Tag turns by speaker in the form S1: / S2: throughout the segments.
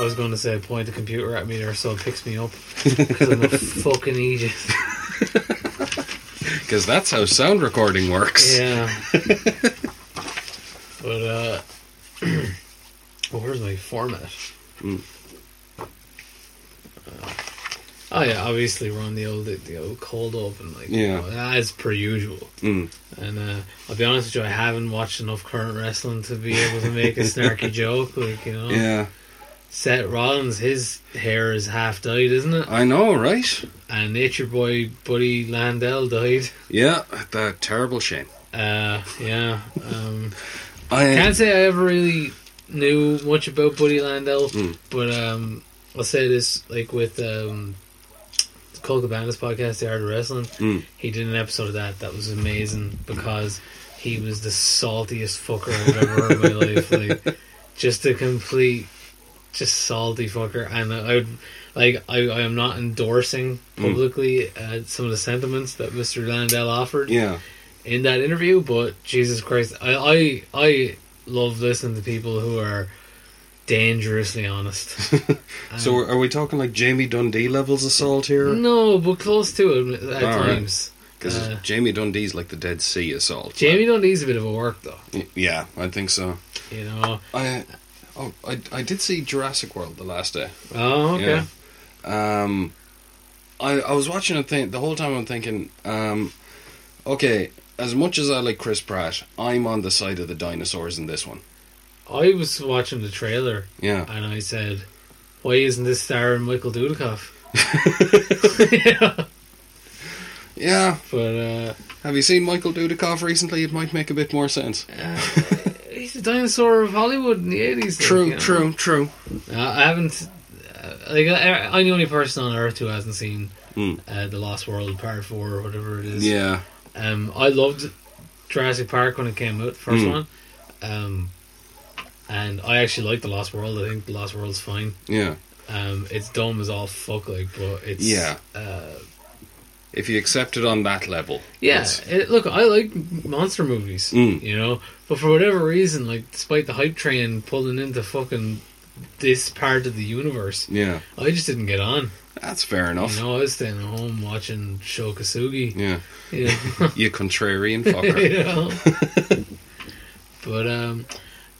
S1: as I point the computer at me there so it picks me up. Because I'm a fucking idiot.
S2: Because that's how sound recording works.
S1: Yeah. but, uh. oh, where's my format?
S2: Hmm.
S1: Uh, oh, yeah, obviously we're on the old, the old cold open. Like, you
S2: Yeah.
S1: know, as per usual.
S2: Mm.
S1: And uh, I'll be honest with you, I haven't watched enough current wrestling to be able to make a snarky joke. Like, you know,
S2: Yeah.
S1: Seth Rollins, his hair is half dyed, isn't it?
S2: I know, right?
S1: And Nature Boy Buddy Landell died.
S2: Yeah, that terrible shame.
S1: Uh, yeah. Um,
S2: I
S1: can't say I ever really knew much about Buddy Landell, but um, I'll say this like with um, Cole Cabana's podcast, The Art of Wrestling,
S2: Mm.
S1: he did an episode of that that was amazing because he was the saltiest fucker I've ever heard in my life. Like, just a complete, just salty fucker. And I would, like, I, I am not endorsing
S2: Mm.
S1: publicly uh, some of the sentiments that Mr. Landell offered
S2: yeah.
S1: in that interview, but Jesus Christ, I I, I love listening to people who are dangerously honest.
S2: so
S1: Uh,
S2: are are we talking like Jamie Dundee levels of salt here?
S1: no, but close to it at
S2: All right.
S1: times.
S2: Because
S1: Mm, Uh,
S2: Jamie Dundee's like the Dead Sea assault.
S1: Jamie Dundee's a bit of a work though,
S2: Yeah, I think so.
S1: you know.
S2: I oh I, I did see Jurassic World the last day.
S1: Oh, okay.
S2: Yeah. Um, I I was watching a thing the whole time. I'm thinking, um, okay, as much as I like Chris Pratt, I'm on the side of the dinosaurs in this one.
S1: I was watching the trailer
S2: Yeah,
S1: and I said, "Why isn't this starring Michael Dudikoff?"
S2: yeah.
S1: But uh,
S2: Have you seen Michael Dudikoff recently? It might make a bit more sense.
S1: he's a dinosaur of Hollywood in the eighties.
S2: True, true, true.
S1: Uh, I haven't. Uh, like I, I'm the only person on earth who hasn't seen
S2: Mm.
S1: uh, the Lost World Part Four or whatever it is.
S2: Yeah,
S1: Um, I loved Jurassic Park when it came out, first
S2: Mm.
S1: one. Um, and I actually like the Lost World. I think the Lost World's fine.
S2: yeah.
S1: Um, it's dumb as all fuck, like, but it's
S2: Yeah.
S1: Uh,
S2: If you accept it on that level,
S1: yeah,
S2: it's-
S1: it, look, I like monster movies,
S2: Mm.
S1: you know, but for whatever reason, like, despite the hype train pulling into fucking this part of the universe,
S2: yeah.
S1: I just didn't get on.
S2: That's fair
S1: You
S2: enough.
S1: know, I was staying at home watching Shokasugi.
S2: Yeah,
S1: You know?
S2: you contrarian fucker.
S1: You know? but um,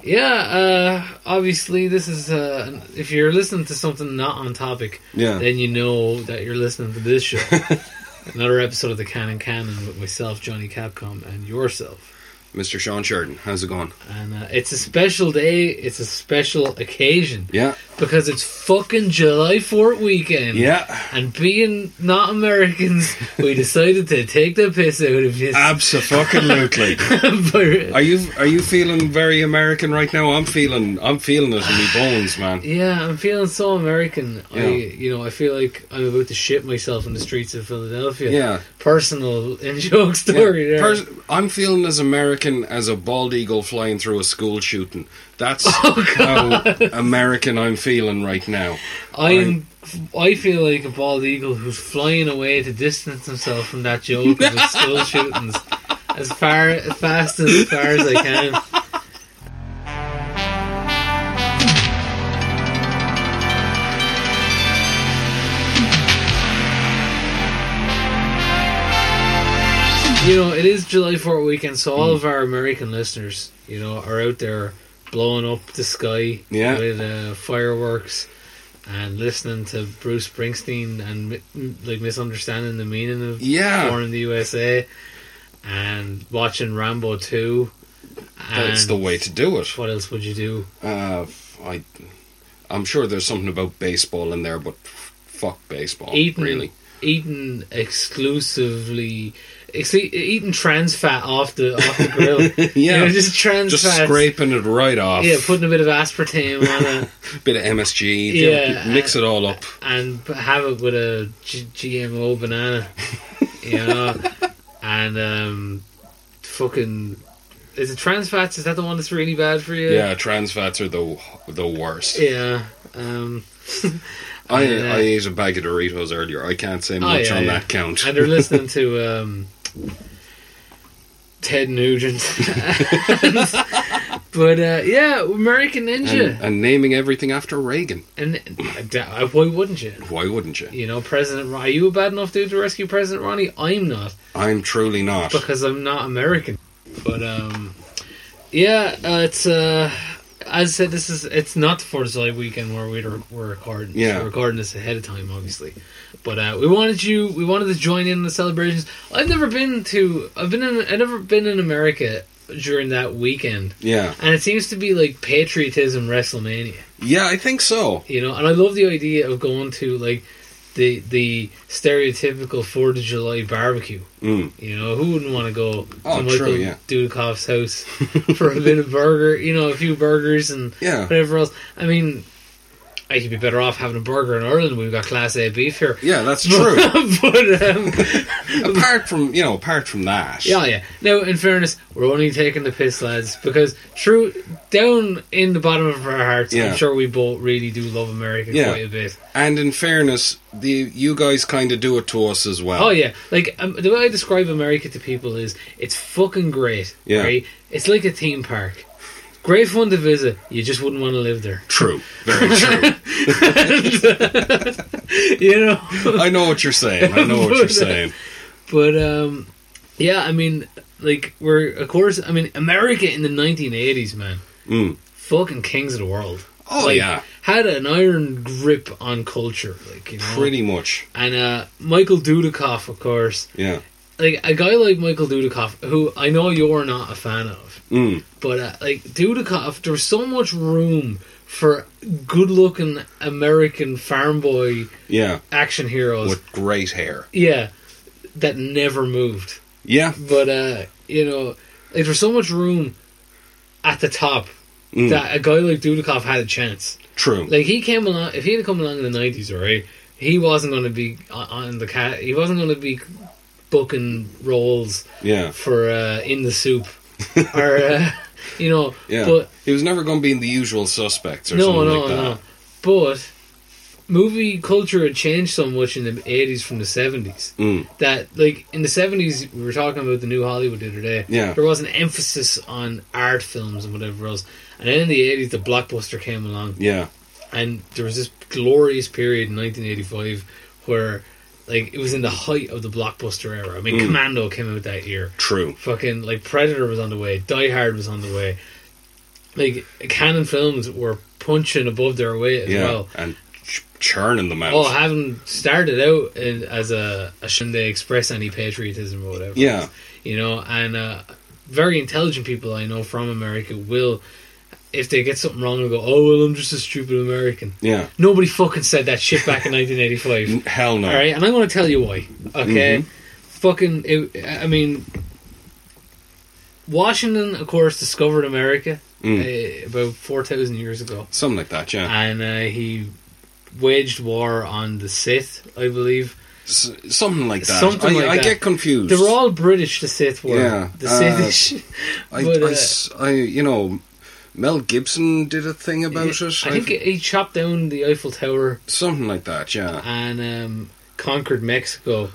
S1: yeah. Uh, obviously, this is uh, if you're listening to something not on topic,
S2: Yeah,
S1: then you know that you're listening to this show. Another episode of the Canon Canon with myself, Johnny Capcom, and yourself.
S2: Mr. Sean Sheridan, how's it going?
S1: And uh, it's a special day. It's a special occasion
S2: Yeah,
S1: because it's fucking July Fourth weekend.
S2: yeah.
S1: And being not Americans, we decided to take the piss out of this.
S2: Absolutely.
S1: But- uh,
S2: Are you are you feeling very American right now? I'm feeling I'm feeling it in my bones, man.
S1: yeah, I'm feeling so American. I,
S2: Yeah.
S1: you know, I feel like I'm about to shit myself in the streets of Philadelphia.
S2: Yeah.
S1: Personal in joke
S2: Yeah.
S1: story there.
S2: Pers- I'm feeling as American as a bald eagle flying through a school shooting. That's
S1: Oh,
S2: how American I'm feeling right now.
S1: I'm. I feel like a bald eagle who's flying away to distance himself from that joke of the school shootings as far, as fast as far as I can. You know, it is July 4th weekend, so all of our American listeners, you know, are out there blowing up the sky
S2: Yeah.
S1: with uh, fireworks and listening to Bruce Springsteen and mi- m- like misunderstanding the meaning of
S2: Yeah.
S1: Born in the USA and watching Rambo 2. And
S2: That's the way to do it.
S1: What else would you do?
S2: Uh, I I'm sure there's something about baseball in there, but f- fuck baseball.
S1: Eating,
S2: Really.
S1: eating exclusively. ex- Eating trans fat off the off the grill,
S2: Yeah.
S1: You know, just trans
S2: Just
S1: fats.
S2: scraping it right off.
S1: Yeah, putting a bit of aspartame on it
S2: bit of MSG.
S1: Yeah,
S2: mix it all up.
S1: and p- have it with a G- GMO banana, you know, and um, fucking is it trans fats? Is that the one that's really bad for you?
S2: Yeah, trans fats are the the worst.
S1: yeah. Um,
S2: I,
S1: Yeah.
S2: I ate a bag of Doritos earlier. I can't say much
S1: Oh, yeah,
S2: on
S1: yeah.
S2: that count.
S1: and they're listening to um, Ted Nugent. But uh, yeah, American Ninja,
S2: and, and naming everything after Reagan.
S1: and, uh, why wouldn't you?
S2: Why wouldn't you?
S1: You know, President. Ron- Are you a bad enough dude to rescue President Ronnie? I'm not
S2: I'm truly not.
S1: because I'm not American. But um, yeah, uh, it's uh, as I said, this is it's not the Fourth of July weekend where we're we're recording. this.
S2: Yeah.
S1: we're recording this ahead of time, obviously. But uh, we wanted you, we wanted to join in on the celebrations. I've never been to, I've been, in, I've never been in America during that weekend,
S2: Yeah,
S1: and it seems to be like patriotism WrestleMania
S2: yeah, I think so.
S1: you know and i love the idea of going to like the the stereotypical fourth of july barbecue
S2: Mm.
S1: you know who wouldn't want to go
S2: Oh,
S1: to
S2: true,
S1: michael
S2: yeah.
S1: dudikoff's house for a bit of burger you know a few burgers and
S2: Yeah,
S1: whatever else i mean i could be better off having a burger in ireland we've got class a beef here
S2: yeah, that's true.
S1: but um
S2: apart from you know, apart from that.
S1: Yeah, yeah. Now, in fairness, we're only taking the piss, lads, because true, down in the bottom of our hearts,
S2: Yeah.
S1: I'm sure we both really do love America
S2: Yeah.
S1: quite a bit.
S2: And in fairness, the you guys kind of do it to us as well.
S1: Oh yeah, like um, the way I describe America to people is it's fucking great.
S2: Yeah.
S1: right? it's like a theme park. Great fun to visit. You just wouldn't want to live there.
S2: True, very true.
S1: You know.
S2: I know what you're saying. I know what you're saying.
S1: But um, yeah, I mean, like we're of course, I mean, America in the 1980s, man,
S2: Mm.
S1: fucking kings of the world.
S2: Oh
S1: Like,
S2: yeah,
S1: had an iron grip on culture, like you know.
S2: pretty much.
S1: And uh, Michael Dudikoff, of course,
S2: Yeah.
S1: like a guy like Michael Dudikoff, who I know you're not a fan of.
S2: Mm.
S1: But uh, like Dudikoff, there was so much room for good-looking American farm boy
S2: Yeah.
S1: action heroes.
S2: With great hair.
S1: Yeah, that never moved.
S2: Yeah.
S1: But uh, you know, like there's so much room at the top
S2: Mm.
S1: that a guy like Dudikoff had a chance.
S2: True.
S1: Like he came along, if he had come along in the '90s, right, he wasn't going to be on- on the cat. He wasn't going to be booking roles
S2: yeah.
S1: for uh, in the soup or uh, you know,
S2: Yeah.
S1: but.
S2: he was never going to be in the usual suspects or
S1: no,
S2: something
S1: no,
S2: like that.
S1: no. But movie culture had changed so much in the eighties from the seventies
S2: Mm.
S1: that, like, in the seventies, we were talking about the new Hollywood the other day.
S2: Yeah.
S1: there was an emphasis on art films and whatever else. And then in the eighties, the blockbuster came along,
S2: Yeah.
S1: and there was this glorious period in nineteen eighty five where. Like it was in the height of the blockbuster era. I mean,
S2: Mm.
S1: Commando came out that year
S2: True.
S1: fucking like Predator was on the way, Die Hard was on the way. Like Canon films were punching above their weight as
S2: Yeah.
S1: well.
S2: And ch- churning them out.
S1: Oh, having started out in, as a, a shouldn't they express any patriotism or whatever?
S2: Yeah.
S1: you know, and uh, very intelligent people I know from America will, if they get something wrong, they go, "Oh well, I'm just a stupid American."
S2: yeah.
S1: Nobody fucking said that shit back in 1985.
S2: N- Hell no.
S1: All right, and I'm going to tell you why. Okay,
S2: Mm-hmm.
S1: fucking. It, I mean, Washington, of course, discovered America
S2: Mm.
S1: uh, about four thousand years ago,
S2: Something like that, yeah.
S1: and uh, he waged war on the Sith, I believe.
S2: S- something like that.
S1: Ah. Something
S2: I,
S1: like
S2: I
S1: that.
S2: get confused.
S1: They were all British. The Sith were.
S2: Yeah,
S1: The
S2: uh,
S1: Sithish.
S2: I,
S1: but, uh,
S2: I s- I- you know, Mel Gibson did a thing about it.
S1: I think he chopped down the Eiffel Tower
S2: something like that, yeah.
S1: and um, conquered Mexico.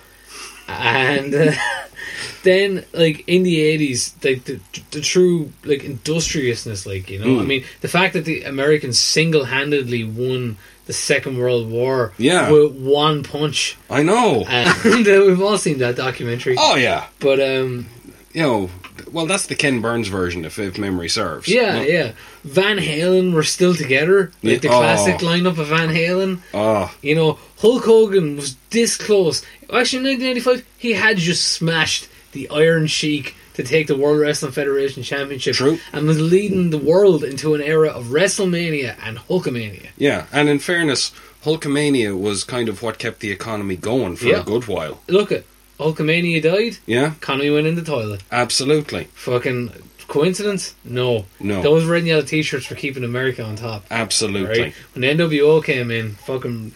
S1: And uh, then, like in the eighties, like the, the true like industriousness, like you know,
S2: Mm.
S1: I mean, the fact that the Americans single handedly won the Second World War,
S2: Yeah.
S1: with one punch,
S2: I know.
S1: and uh, we've all seen that documentary.
S2: oh yeah.
S1: But um,
S2: You know, well that's the Ken Burns version if, if memory serves.
S1: yeah,
S2: No-
S1: yeah, Van Halen were still together, like the
S2: Yeah. Oh.
S1: classic lineup of Van Halen.
S2: Oh,
S1: You know, Hulk Hogan was this close. Actually, in 1985, he had just smashed the Iron Sheik to take the World Wrestling Federation Championship
S2: True.
S1: and was leading the world into an era of WrestleMania and Hulkamania.
S2: yeah. And in fairness, Hulkamania was kind of what kept the economy going for
S1: Yeah.
S2: a good while.
S1: Look at Hulkamania died,
S2: Yeah,
S1: Connery went in the toilet.
S2: absolutely.
S1: Fucking coincidence? No.
S2: No.
S1: Those red and yellow t shirts were keeping America on top.
S2: Absolutely.
S1: Right? When the NWO came in, fucking.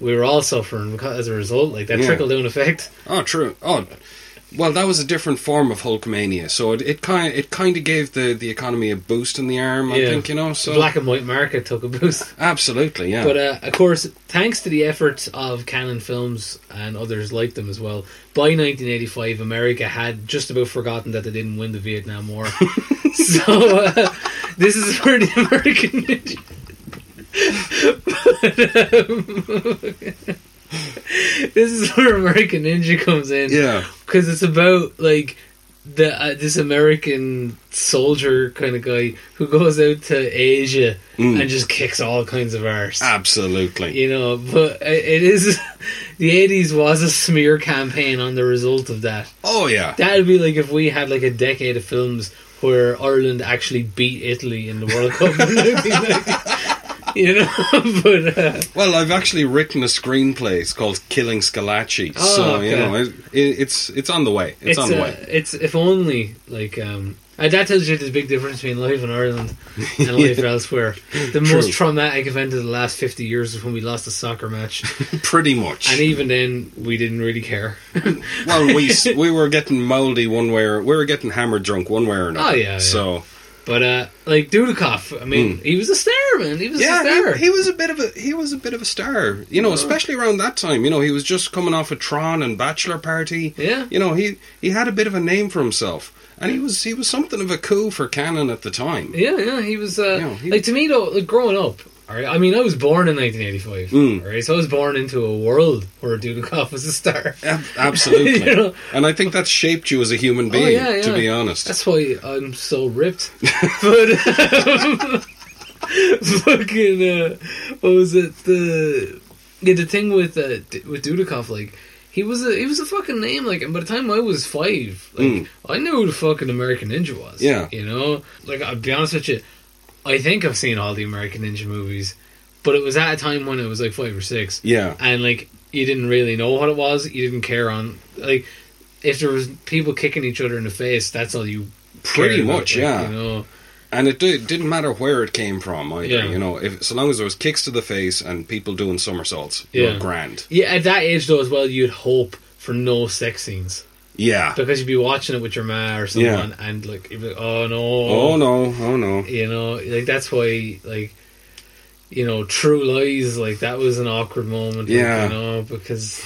S1: We were all suffering because, as a result, like that
S2: Yeah.
S1: trickle down effect.
S2: Oh, true. Oh, well, that was a different form of Hulkmania. So it, it kind it kind of gave the, the economy a boost in the arm. I
S1: Yeah.
S2: think you know. So
S1: Black and white market took a boost.
S2: absolutely, yeah.
S1: But uh, of course, thanks to the efforts of Canon Films and others like them as well, by 1985, America had just about forgotten that they didn't win the Vietnam War. so, uh, this is for the American Ninja. but, um, this is where American Ninja comes in.
S2: Yeah.
S1: because it's about like the uh, this American soldier kind of guy who goes out to Asia
S2: Mm.
S1: and just kicks all kinds of arse.
S2: Absolutely.
S1: You know, but i- it is the eighties was a smear campaign on the result of that.
S2: Oh yeah.
S1: That'd be like if we had like a decade of films where Ireland actually beat Italy in the World Cup. in 1990. you know, but uh,
S2: Well, I've actually written a screenplay. It's called Killing Scalacci.
S1: Oh,
S2: so you
S1: okay.
S2: know, it, it, it's it's on the way. It's, on the
S1: uh,
S2: way.
S1: It's if only like um, uh, that tells you the big difference between life in Ireland and life elsewhere. The
S2: True.
S1: most traumatic event of the last fifty years was when we lost a soccer match,
S2: Pretty much.
S1: and even then we didn't really care.
S2: well, we s- we were getting mouldy one way or we were getting hammered drunk one way or another.
S1: Oh, yeah, yeah.
S2: So
S1: But uh, like Dudikoff, I mean, he was a star, man. He was a
S2: Hmm. yeah,
S1: star. Uh-huh.
S2: he, he was a bit of a he was a bit of a star. You know, especially around that time. You know, he was just coming off of Tron and Bachelor Party.
S1: yeah,
S2: You know, he he had a bit of a name for himself, and he was he was something of a coup for Canon at the time.
S1: yeah, yeah. He was uh,
S2: Yeah, he-
S1: like to me though, like growing up. all right, I mean, I was born in 1985.
S2: Mm.
S1: All right, so I was born into a world where Dudikoff was a star.
S2: Ab- absolutely.
S1: You know? Oh,
S2: And I think that shaped you as a human being,
S1: yeah,
S2: to
S1: yeah.
S2: be honest.
S1: That's why I'm so ripped. but um, fucking uh, what was it? The yeah, the thing with uh, D- with Dudikoff, like he was a he was a fucking name. Like, and by the time I was five, like
S2: Mm.
S1: I knew who the fucking American Ninja was.
S2: Yeah.
S1: you know, like I'll be honest with you, I think I've seen all the American Ninja movies, but it was at a time when I was like five or six
S2: Yeah.
S1: and like you didn't really know what it was. You didn't care on like if there was people kicking each other in the face. That's all you
S2: Pretty
S1: cared about,
S2: much,
S1: like,
S2: yeah.
S1: You know,
S2: And it did, didn't matter where it came from either.
S1: Yeah.
S2: You know, if so long as there was kicks to the face and people doing somersaults, you
S1: Yeah.
S2: were grand.
S1: yeah. At that age though, as well, you'd hope for no sex scenes
S2: Yeah.
S1: because you'd be watching it with your ma or someone, and like, you'd be like, oh no,
S2: Oh no, oh no.
S1: you know, like that's why like. You know, True Lies, like that was an awkward moment. like,
S2: Yeah.
S1: you know, because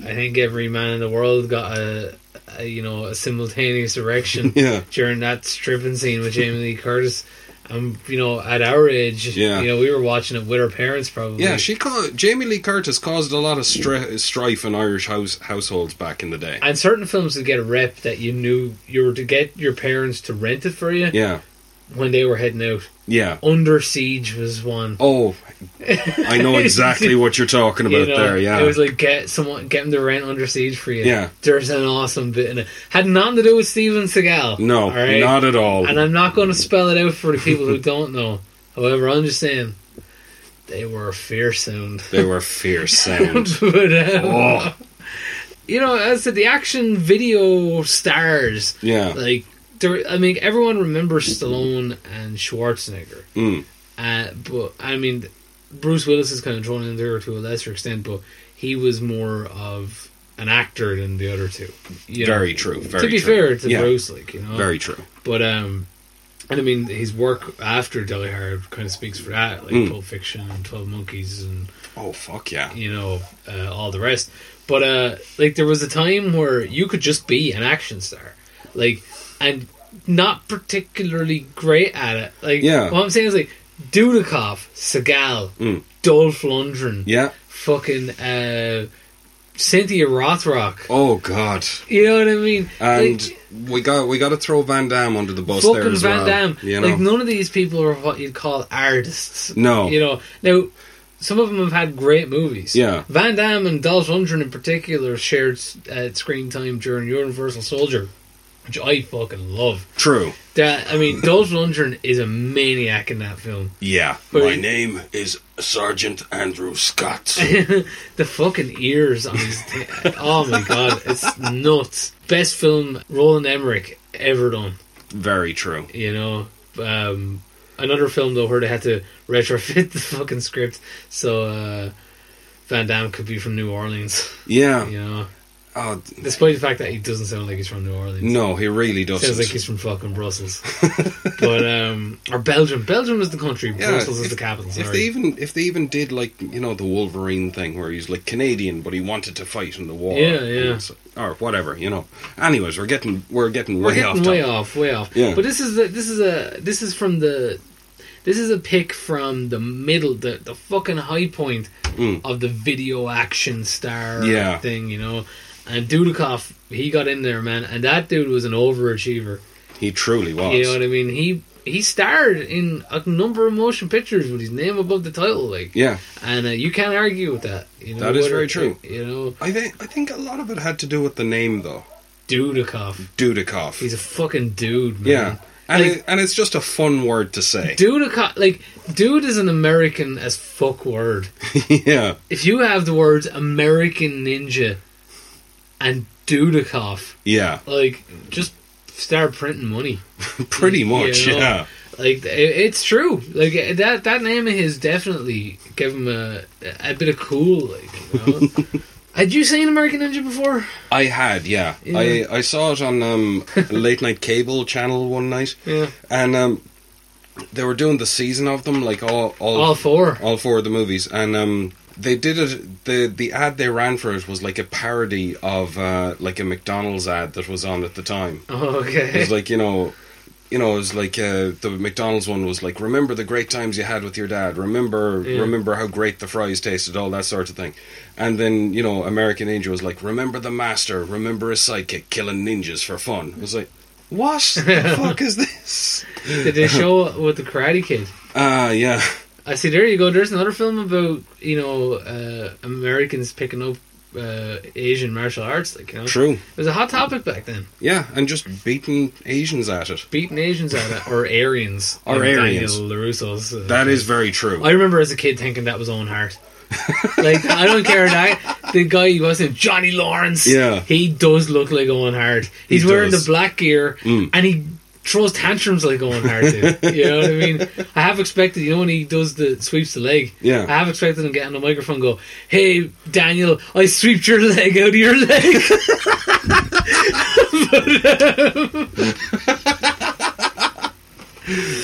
S1: I think every man in the world got a, a you know a simultaneous erection.
S2: Yeah.
S1: during that stripping scene with Jamie Lee Curtis. Um, you know, at our age,
S2: Yeah.
S1: you know, we were watching it with our parents probably.
S2: Yeah, she caused Jamie Lee Curtis caused a lot of stri- strife in Irish house households back in the day.
S1: and certain films would get a rep that you knew you were to get your parents to rent it for you
S2: Yeah.
S1: when they were heading out.
S2: Yeah.
S1: Under Siege was one.
S2: Oh, I know exactly what you're talking about
S1: You know,
S2: there. Yeah.
S1: uh, It was like get someone get them to rent Under Siege for you.
S2: Yeah.
S1: There's an awesome bit in it. Had nothing to do with Steven Seagal. all
S2: no,
S1: right?
S2: not at all.
S1: And I'm not going to spell it out for the people who don't know. However, I'm just saying they were fear sound.
S2: They were fierce sound.
S1: but, um,
S2: Oh.
S1: You know, as to the action video stars,
S2: Yeah.
S1: like there, I mean, everyone remembers Stallone and Schwarzenegger,
S2: Mm.
S1: uh, but I mean, Bruce Willis is kind of thrown in there to a lesser extent, but he was more of an actor than the other two. You know,
S2: Very true. Very
S1: to be
S2: true.
S1: fair to
S2: yeah.
S1: Bruce, like you know,
S2: Very true.
S1: but um, and I mean his work after Die Hard kind of speaks for that, like
S2: Mm.
S1: Pulp Fiction and Twelve Monkeys and
S2: Oh fuck yeah.
S1: you know, uh, all the rest. But uh, like there was a time where you could just be an action star, like, and not particularly great at it. Like,
S2: Yeah.
S1: what I'm saying is like Dudikoff, Seagal,
S2: Mm.
S1: Dolph Lundgren,
S2: Yeah.
S1: fucking uh, Cynthia Rothrock.
S2: Oh god.
S1: You know what I mean?
S2: And
S1: Like,
S2: we got we got to throw Van Damme under the bus there
S1: fucking
S2: as
S1: Van
S2: well.
S1: Damme.
S2: You know.
S1: Like none of these people are what you'd call artists.
S2: no.
S1: You know now. Some of them have had great movies.
S2: Yeah.
S1: Van Damme and Dolph Lundgren in particular shared uh, screen time during Universal Soldier, which I fucking love.
S2: True.
S1: That I mean, Dolph Lundgren is a maniac in that film.
S2: Yeah.
S1: But
S2: My
S1: it-
S2: name is Sergeant Andrew Scott.
S1: the fucking ears on his. T- oh my god, it's nuts. Best film Roland Emmerich ever done.
S2: Very true.
S1: You know, um, another film though where they had to retrofit the fucking script so uh, Van Damme could be from New Orleans.
S2: Yeah.
S1: You know.
S2: Oh d-
S1: Despite the fact that he doesn't sound like he's from New Orleans.
S2: no, he really doesn't.
S1: Sounds like he's from fucking Brussels, but um, or Belgium. Belgium is the country.
S2: Yeah,
S1: Brussels is
S2: if-
S1: the capital.
S2: If
S1: Sorry.
S2: they even if they even did like you know the Wolverine thing where he's like Canadian but he wanted to fight in the war,
S1: Yeah,
S2: and
S1: yeah.
S2: it's- or whatever, you know. Anyways, we're getting we're getting
S1: We're
S2: way off.
S1: getting
S2: topic.
S1: way off, way off.
S2: Yeah.
S1: But this is the, this is a this is from the this is a pick from the middle, the the fucking high point
S2: Mm.
S1: of the video action star
S2: Yeah.
S1: thing, you know. And Dudikoff, he got in there, man, and that dude was an overachiever.
S2: He truly was.
S1: You know what I mean? He he starred in a number of motion pictures with his name above the title, like.
S2: yeah,
S1: and uh, you can't argue with that. You know,
S2: That is
S1: whether-
S2: very true.
S1: You know,
S2: I think I think a lot of it had to do with the name though,
S1: Dudikoff.
S2: Dudikoff.
S1: He's a fucking dude, man.
S2: yeah, and
S1: Like-
S2: it, and it's just a fun word to say.
S1: Dudikoff, like, dude is an American as fuck word.
S2: yeah,
S1: If you have the words American Ninja and Dudikoff,
S2: yeah,
S1: like, just start printing money.
S2: pretty much.
S1: You know?
S2: Yeah,
S1: Like, it, it's true. Like, that that name of his definitely gave him a, a bit of cool, like, you know. Had you seen American Ninja before?
S2: I had. Yeah,
S1: Yeah.
S2: I I saw it on um, late night cable channel one night.
S1: Yeah.
S2: and um, they were doing the season of them, like all all
S1: All
S2: all,
S1: four.
S2: four of the movies, and um, they did it. the The ad they ran for it was like a parody of uh, like a McDonald's ad that was on at the time.
S1: Oh,
S2: It was
S1: okay.
S2: like you know. You know, it was like uh, the McDonald's one was like, remember the great times you had with your dad. Remember,
S1: Yeah.
S2: remember how great the fries tasted, all that sort of thing. And then you know, American Angel was like, remember the master. Remember his sidekick killing ninjas for fun. It was like, what the fuck is this?
S1: Did they show with the Karate Kid?
S2: Ah, yeah.
S1: I see. There you go. There's another film about you know uh, Americans picking up uh, Asian martial arts. Like you know,
S2: True.
S1: it was a hot topic back then.
S2: Yeah, and just beating Asians at it.
S1: Beating Asians at it or Aryans
S2: Or
S1: like
S2: Aryans.
S1: Daniel LaRusso's. uh,
S2: That is very true.
S1: I remember as a kid thinking that was Owen Hart. like I don't care that the guy he was in Johnny Lawrence.
S2: Yeah.
S1: he does look like Owen Hart. He's
S2: He
S1: wearing
S2: does.
S1: the black gear
S2: Mm.
S1: and he throws tantrums like Owen Hart. Did. you know what I mean? I have expected. You know when he does the sweeps the leg.
S2: Yeah.
S1: I have expected him getting on the microphone. and Go, hey Daniel, I sweeped your leg out of your leg.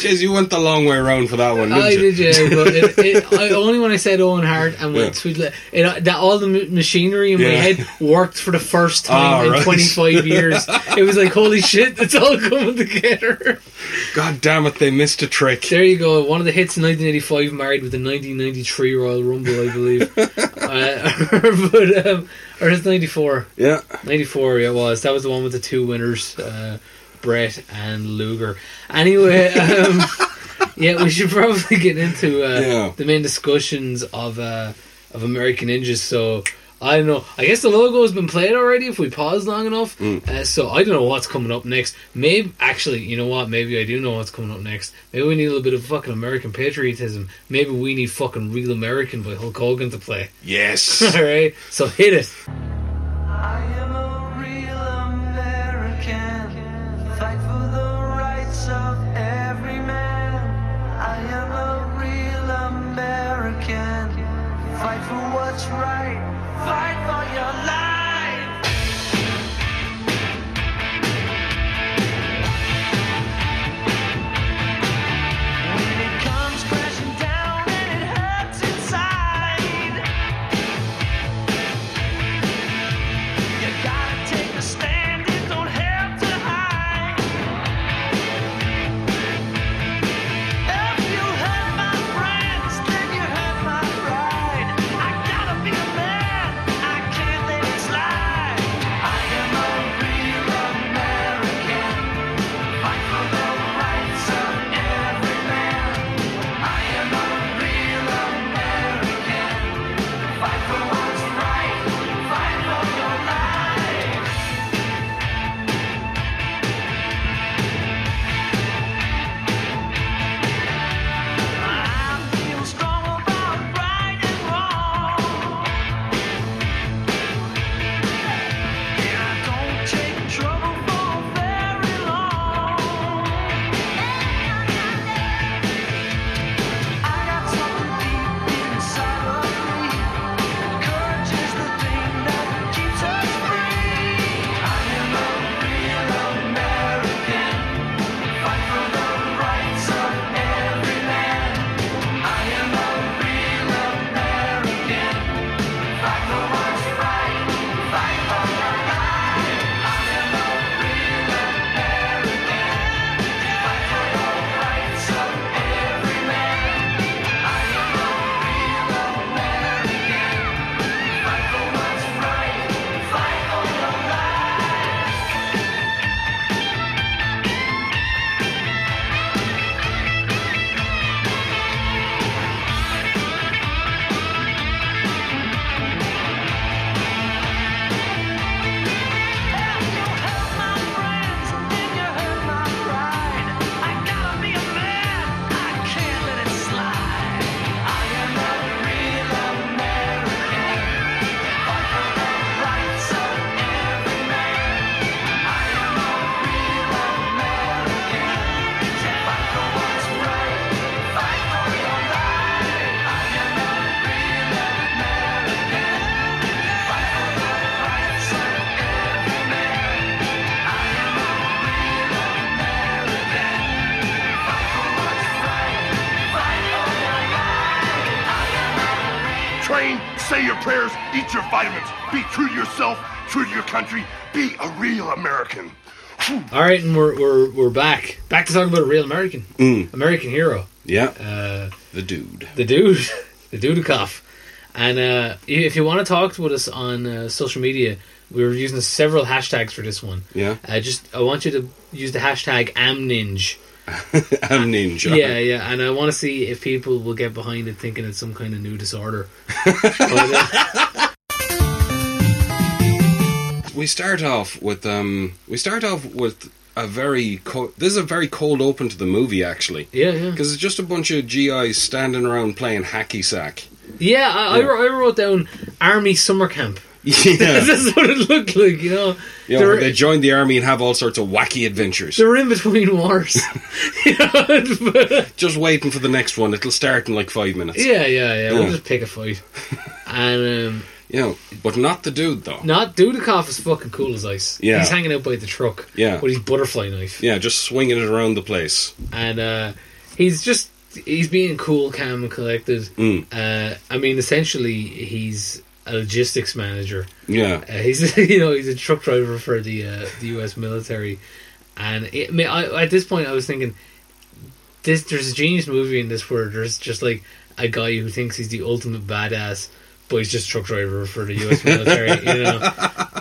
S2: Jeez, you went the long way around for that one, didn't
S1: I
S2: you?
S1: did, yeah. But it, it, I, only when I said Owen Hart and when
S2: Yeah.
S1: sweet, Le- it, that all the m- machinery in my
S2: Yeah.
S1: head worked for the first time
S2: Ah,
S1: in
S2: right.
S1: 25 years. It was like, holy shit, it's all coming together.
S2: God damn it, they missed a trick.
S1: There you go. One of the hits in 1985 married with the 1993 Royal Rumble, I believe. uh, but, um, or it's 94.
S2: Yeah.
S1: 94, yeah, it was. That was the one with the two winners, uh, Brett and Luger. Anyway, um, yeah, we should probably get into uh,
S2: Yeah.
S1: the main discussions of uh, of American Ninjas. So I don't know. I guess the logo has been played already. If we pause long enough, uh, so I don't know what's coming up next. Maybe actually, you know what? Maybe I do know what's coming up next. Maybe we need a little bit of fucking American patriotism. Maybe we need fucking Real American by Hulk Hogan to play.
S2: Yes.
S1: All right, so hit it.
S3: I am a real American. Fight for the rights of every man. I am a real American. Fight for what's right. Fight for your life. When it comes crashing down and it hurts inside. You gotta take a stand, it don't have to hide. If you hurt my friends, then you hurt my pride. I gotta be a
S4: Say your prayers, eat your vitamins, be true to yourself, true to your country, be a real American. Whew.
S1: All right, and we're, we're, we're back. Back to talking about a real American.
S2: Mm.
S1: American hero.
S2: Yeah,
S1: Uh,
S2: the dude.
S1: the dude, the dudekoff. And uh, i- if you want to talk with us on uh, social media, we were using several hashtags for this one.
S2: Yeah,
S1: Uh, just I want you to use the hashtag amninge.
S2: I'm ninja.
S1: Yeah, yeah, and I want to see if people will get behind it, thinking it's some kind of new disorder. but, uh,
S2: We start off with um, we start off with a very co- this is a very cold open to the movie actually.
S1: yeah, yeah,
S2: Because it's just a bunch of GIs standing around playing hacky sack.
S1: yeah. I, I,
S2: Yeah.
S1: wrote, I wrote down army summer camp.
S2: Yeah.
S1: That's what it looked like, you know.
S2: You know,
S1: They're-
S2: where they join the army and have all sorts of wacky adventures.
S1: They're in between wars. You know?
S2: Just waiting for the next one. It'll start in like five minutes.
S1: yeah, yeah, yeah. We'll
S2: Yeah.
S1: just pick a fight. And um,
S2: You know, but not the dude though.
S1: not Dudikoff is fucking cool as ice.
S2: Yeah.
S1: He's hanging out by the truck
S2: Yeah.
S1: with his butterfly knife.
S2: Yeah, just swinging it around the place.
S1: And uh, he's just he's being cool, calm and collected.
S2: Mm.
S1: Uh, I mean essentially he's a logistics manager.
S2: Yeah,
S1: Uh, he's you know he's a truck driver for the uh, the U.S. military, and it, I mean I, at this point I was thinking, this there's a genius movie in this where there's just like a guy who thinks he's the ultimate badass, but he's just a truck driver for the U.S. military, you know.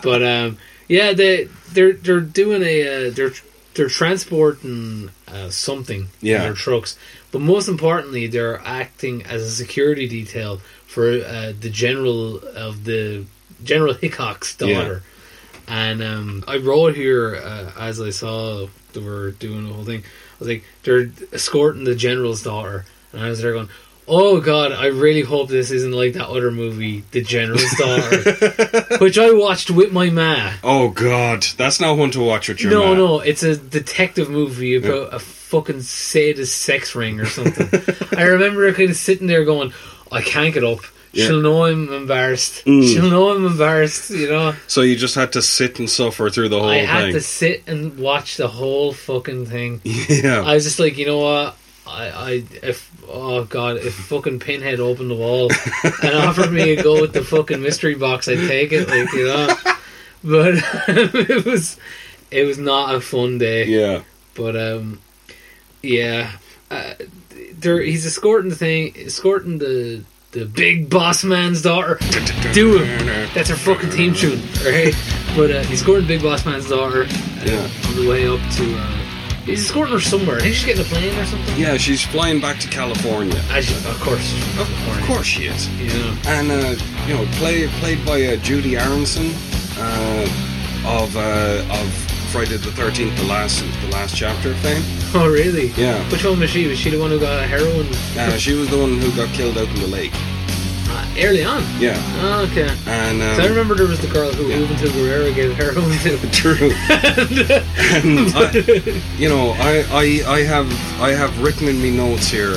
S1: But um, yeah, they they're they're doing a uh, they're they're transporting uh, something in
S2: Yeah.
S1: their trucks, but most importantly they're acting as a security detail for uh, the general of the General Hickok's
S2: Yeah.
S1: daughter. And um, I wrote here uh, as I saw they were doing the whole thing. I was like, they're escorting the general's daughter, and I was there going, "Oh God, I really hope this isn't like that other movie, The General's Daughter," which I watched with my ma.
S2: Oh god, that's not one to watch with your
S1: no,
S2: man.
S1: no, it's a detective movie about a fucking sadist sex ring or something. I remember kind of sitting there going, "I can't get up."
S2: Yeah. Mm.
S1: She'll know I'm embarrassed. She'll know I'm embarrassed. You know.
S2: So you just had to sit and suffer through the whole
S1: I had
S2: thing.
S1: to sit and watch the whole fucking thing.
S2: yeah,
S1: I was just like, you know what? I, I, if, oh god, if fucking Pinhead opened the wall and offered me a go with the fucking mystery box, I'd take it, like, you know. But it was, it was not a fun day.
S2: yeah,
S1: But, um, yeah. Uh, there, he's escorting the thing, escorting the, the big boss man's daughter. Do him. That's her fucking team tune, right? But, uh, he's escorting big boss man's daughter uh,
S2: yeah,
S1: on the way up to. Uh, he's escorting her somewhere. I think she's getting a plane or something.
S2: yeah. She's flying back to California.
S1: I should, of course. she's from
S2: Of
S1: California.
S2: course she is.
S1: Yeah.
S2: And uh, you know, play, played by uh, Judy Aronson uh, of uh, of Friday the Thirteenth, the last the last chapter of fame.
S1: Oh, really?
S2: Yeah.
S1: Which one was she? Was she the one who got heroin
S2: Uh, she was the one who got killed out in the lake.
S1: uh, early on?
S2: Yeah,
S1: Oh, okay.
S2: and um,
S1: So I remember there was the girl who
S2: yeah.
S1: Juventud Guerrero gave heroin to.
S2: True. And I- you know, I, I I have I have written in me notes here.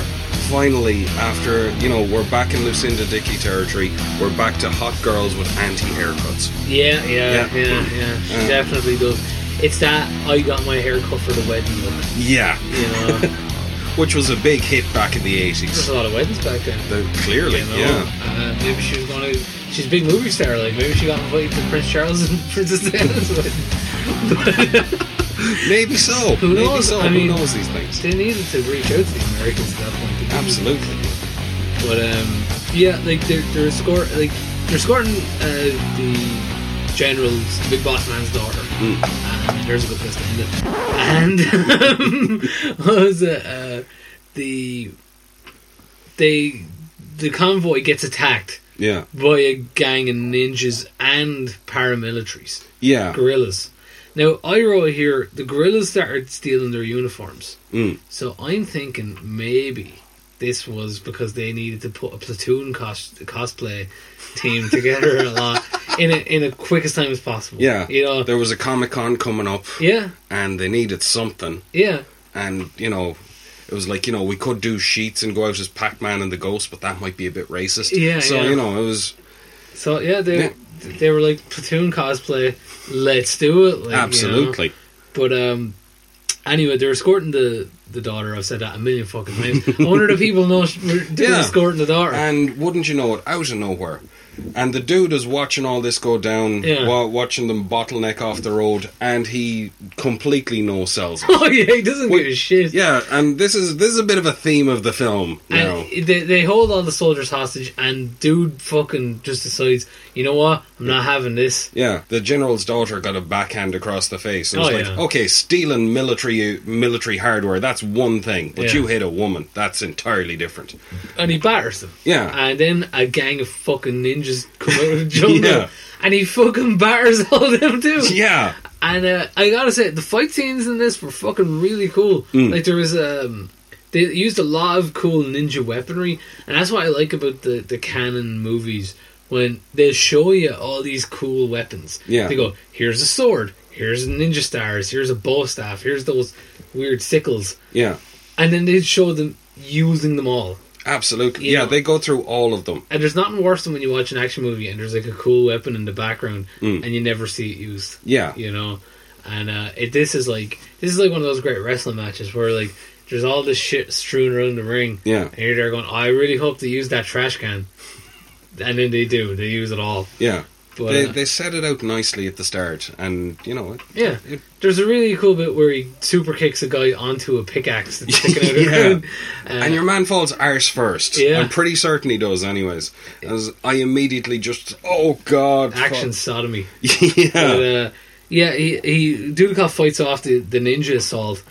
S2: Finally, after you know, we're back in Lucinda Dickey territory. We're back to hot girls with anti haircuts.
S1: yeah, yeah, yeah,
S2: Yeah.
S1: yeah. She
S2: Yeah.
S1: definitely does. It's that I got my hair cut for the wedding look.
S2: Yeah,
S1: You know,
S2: which was a big hit back in the
S1: there's
S2: eighties.
S1: a lot of weddings back then.
S2: Clearly,
S1: You know?
S2: yeah.
S1: Uh, maybe she was gonna. She's a big movie star. Like maybe she got invited to Prince Charles and Princess Diana's wedding. But
S2: Maybe so.
S1: Who
S2: Maybe
S1: knows?
S2: so.
S1: I
S2: Who
S1: mean-
S2: knows these things?
S1: they needed to reach out to the Americans at that point. They needed
S2: Absolutely.
S1: to. But um, yeah, like they're they're escort like they're escorting uh, the general's the big boss man's daughter. And there's a good place to end it. And um, what was it? Uh, the they the convoy gets attacked.
S2: Yeah.
S1: by a gang of ninjas and paramilitaries,
S2: Yeah.
S1: guerrillas. Now, I wrote here the guerrillas started stealing their uniforms.
S2: Mm.
S1: So I'm thinking maybe this was because they needed to put a platoon cos- cosplay team together a lot in a, in the quickest time as possible.
S2: Yeah.
S1: you know,
S2: There was a Comic Con coming up,
S1: yeah,
S2: and they needed something,
S1: yeah,
S2: and you know. It was like you know we could do sheets and go out as Pac-Man and the Ghost, but that might be a bit racist.
S1: Yeah,
S2: So
S1: yeah.
S2: you know it was
S1: so yeah, they
S2: Yeah.
S1: they were like platoon cosplay. Let's do it. Like, you know.
S2: absolutely
S1: But um, anyway, they're escorting the the daughter. I've said that a million fucking times. I wonder if people know sh- we're they're
S2: Yeah.
S1: escorting the daughter.
S2: And wouldn't you know it, out of nowhere, And the dude is watching all this go down,
S1: Yeah.
S2: wa- watching them bottleneck off the road, and he completely no sells it.
S1: Oh yeah, he doesn't give a shit.
S2: yeah, and this is this is a bit of a theme of the film now.
S1: And they, they hold all the soldiers hostage, and dude fucking just decides, you know what? I'm not having this.
S2: yeah, the general's daughter got a backhand across the face, and it's
S1: Oh,
S2: like,
S1: yeah.
S2: okay, stealing military military hardware, that's one thing, but
S1: Yeah.
S2: you hit a woman, that's entirely different.
S1: And he batters them.
S2: Yeah.
S1: And then a gang of fucking ninjas come out of the jungle.
S2: Yeah.
S1: And he fucking batters all of them too.
S2: Yeah,
S1: And uh, I gotta say, the fight scenes in this were fucking really cool. Like there was um, they used a lot of cool ninja weaponry, and that's what I like about the the canon movies when they show you all these cool weapons.
S2: Yeah.
S1: they go here's a sword, here's ninja stars, here's a bow staff, here's those weird sickles,
S2: yeah,
S1: and then they show them using them all.
S2: absolutely.
S1: You
S2: Yeah,
S1: know-
S2: they go through all of them.
S1: And there's nothing worse than when you watch an action movie and there's like a cool weapon in the background and you never see it used.
S2: Mm. Yeah.
S1: You know? And uh, it, this is like this is like one of those great wrestling matches where like there's all this shit strewn around the ring.
S2: Yeah.
S1: And you're there going, I really hope they use that trash can. And then they do, they use it all.
S2: Yeah.
S1: But
S2: They,
S1: uh,
S2: they set it out nicely at the start, and you know, it,
S1: yeah.
S2: it-
S1: There's a really cool bit where he super kicks a guy onto a pickaxe that's sticking out of
S2: Yeah.
S1: the ground. Uh,
S2: and your man falls arse first.
S1: Yeah.
S2: I'm pretty certain he does, anyways. As I immediately just, oh god, fuck.
S1: action sodomy. But,
S2: yeah,
S1: uh, yeah, he, he Dudikoff fights off the, the ninja assault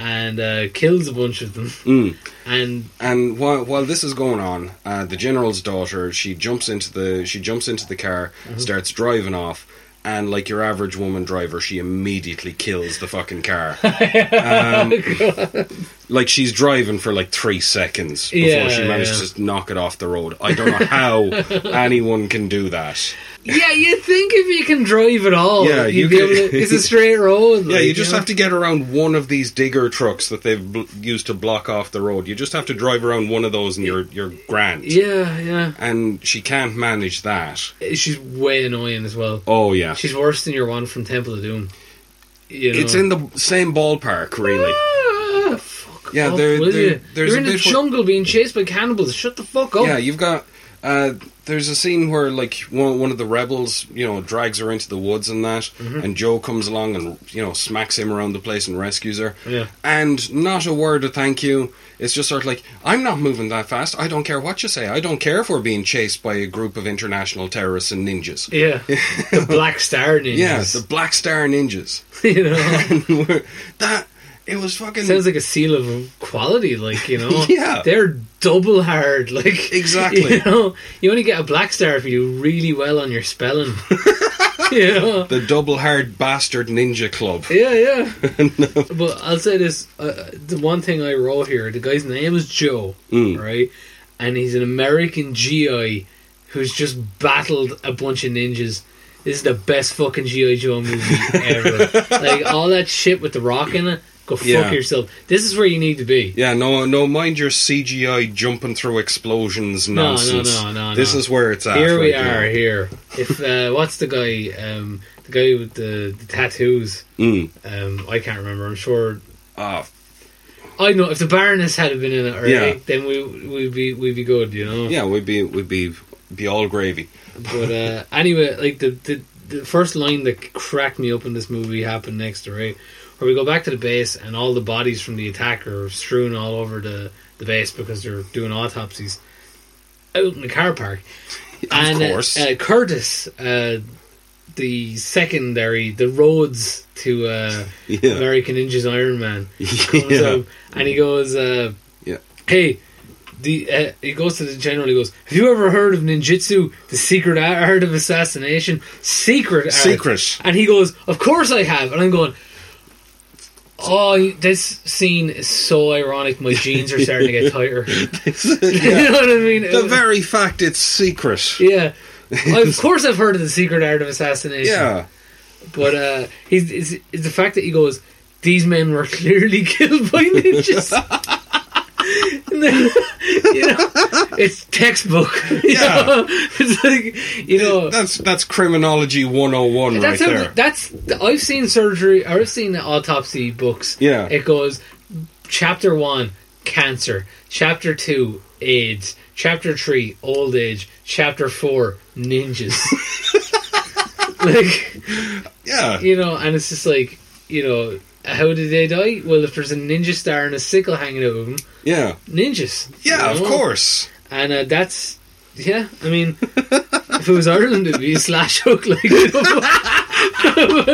S1: and uh, kills a bunch of them.
S2: Hmm.
S1: And
S2: and while while this is going on, uh, the general's daughter she jumps into the she jumps into the car,
S1: Mm-hmm.
S2: starts driving off. And like your average woman driver, she immediately kills the fucking car. Um, like she's driving for like three seconds before
S1: Yeah,
S2: she manages
S1: yeah.
S2: to knock it off the road. I don't know how anyone can do that.
S1: yeah, you think if you can drive at all,
S2: Yeah,
S1: you'd
S2: you
S1: be
S2: could-
S1: able to, it's a straight road.
S2: Yeah, you just have to get around one of these digger trucks that they've bl- used to block off the road. You just have to drive around one of those, and you're you're grand.
S1: Yeah, yeah.
S2: And she can't manage that.
S1: She's way annoying as well.
S2: Oh yeah,
S1: She's worse than your one from Temple of Doom. You know?
S2: it's in the same ballpark, really.
S1: Ah, fuck
S2: Yeah,
S1: off,
S2: there-
S1: will
S2: there-
S1: you?
S2: there's
S1: You're
S2: a
S1: in the
S2: bit where-
S1: jungle being chased by cannibals. Shut the fuck up.
S2: Yeah, you've got. Uh, there's a scene where like one, one of the rebels, you know, drags her into the woods and that,
S1: Mm-hmm.
S2: and Joe comes along and you know smacks him around the place and rescues her.
S1: Yeah.
S2: And not a word of thank you. It's just sort of like I'm not moving that fast. I don't care what you say. I don't care if we're being chased by a group of international terrorists and ninjas.
S1: Yeah. the Black Star ninjas.
S2: Yeah, the Black Star ninjas.
S1: you know.
S2: that it was fucking
S1: sounds like a seal of quality, like you know.
S2: Yeah.
S1: they're double hard, like
S2: Exactly.
S1: You know, you only get a black star if you do really well on your spelling. you know.
S2: the double hard bastard ninja club.
S1: Yeah, yeah. But I'll say this: uh, the one thing I wrote here, the guy's name is Joe,
S2: Mm.
S1: right? And he's an American GI who's just battled a bunch of ninjas. This is the best fucking GI Joe movie ever. like all that shit with the Rock in it. Go fuck
S2: Yeah.
S1: yourself. This is where you need to be.
S2: Yeah, no, no. Mind your CGI jumping through explosions
S1: no,
S2: nonsense.
S1: no, no,
S2: This
S1: no.
S2: is where it's at.
S1: Here we
S2: right
S1: are.
S2: now.
S1: Here, if uh, what's the guy? Um, the guy with the, the tattoos.
S2: Mm.
S1: Um, I can't remember. I'm sure.
S2: Ah,
S1: I know if the Baroness had been in it, already,
S2: Yeah.
S1: then we we'd be we'd be good, you know.
S2: yeah, we'd be we'd be be all gravy.
S1: But uh, anyway, like the, the the first line that cracked me up in this movie happened next, right? Where we go back to the base and all the bodies from the attack are strewn all over the, the base because they're doing autopsies out in the car park. and, uh,
S2: course.
S1: Uh, Curtis, uh, the secondary, the roads to uh,
S2: Yeah.
S1: American Ninja's Iron Man, comes
S2: Yeah.
S1: up and he goes, uh,
S2: Yeah.
S1: "Hey." The, uh, he goes to the general. He goes, "Have you ever heard of ninjutsu, the secret a- art of assassination? Secret art."
S2: Secret.
S1: And he goes, "Of course I have." And I'm going, "Oh, this scene is so ironic. My jeans are starting to get tighter." you
S2: Yeah.
S1: know what I mean?
S2: the very fact it's secret.
S1: yeah. of course, I've heard of the secret art of assassination.
S2: Yeah,
S1: But uh, he's, he's, it's the fact that he goes, these men were clearly killed by ninjas. And then, you know, it's textbook. You
S2: Yeah.
S1: know? It's like, you know,
S2: that's that's criminology one hundred and one right
S1: that's how,
S2: there.
S1: that's I've seen surgery. I've seen the autopsy books.
S2: Yeah.
S1: it goes chapter one. cancer. Chapter two, AIDS. Chapter three, old age. Chapter four, ninjas. like
S2: Yeah.
S1: you know, and it's just like you know, how did they die? Well, if there's a ninja star and a sickle hanging out of them,
S2: Yeah.
S1: ninjas.
S2: Yeah,
S1: you
S2: of
S1: know?
S2: course.
S1: And uh, that's yeah. I mean, if it was Ireland, it'd be slash hook like. you know,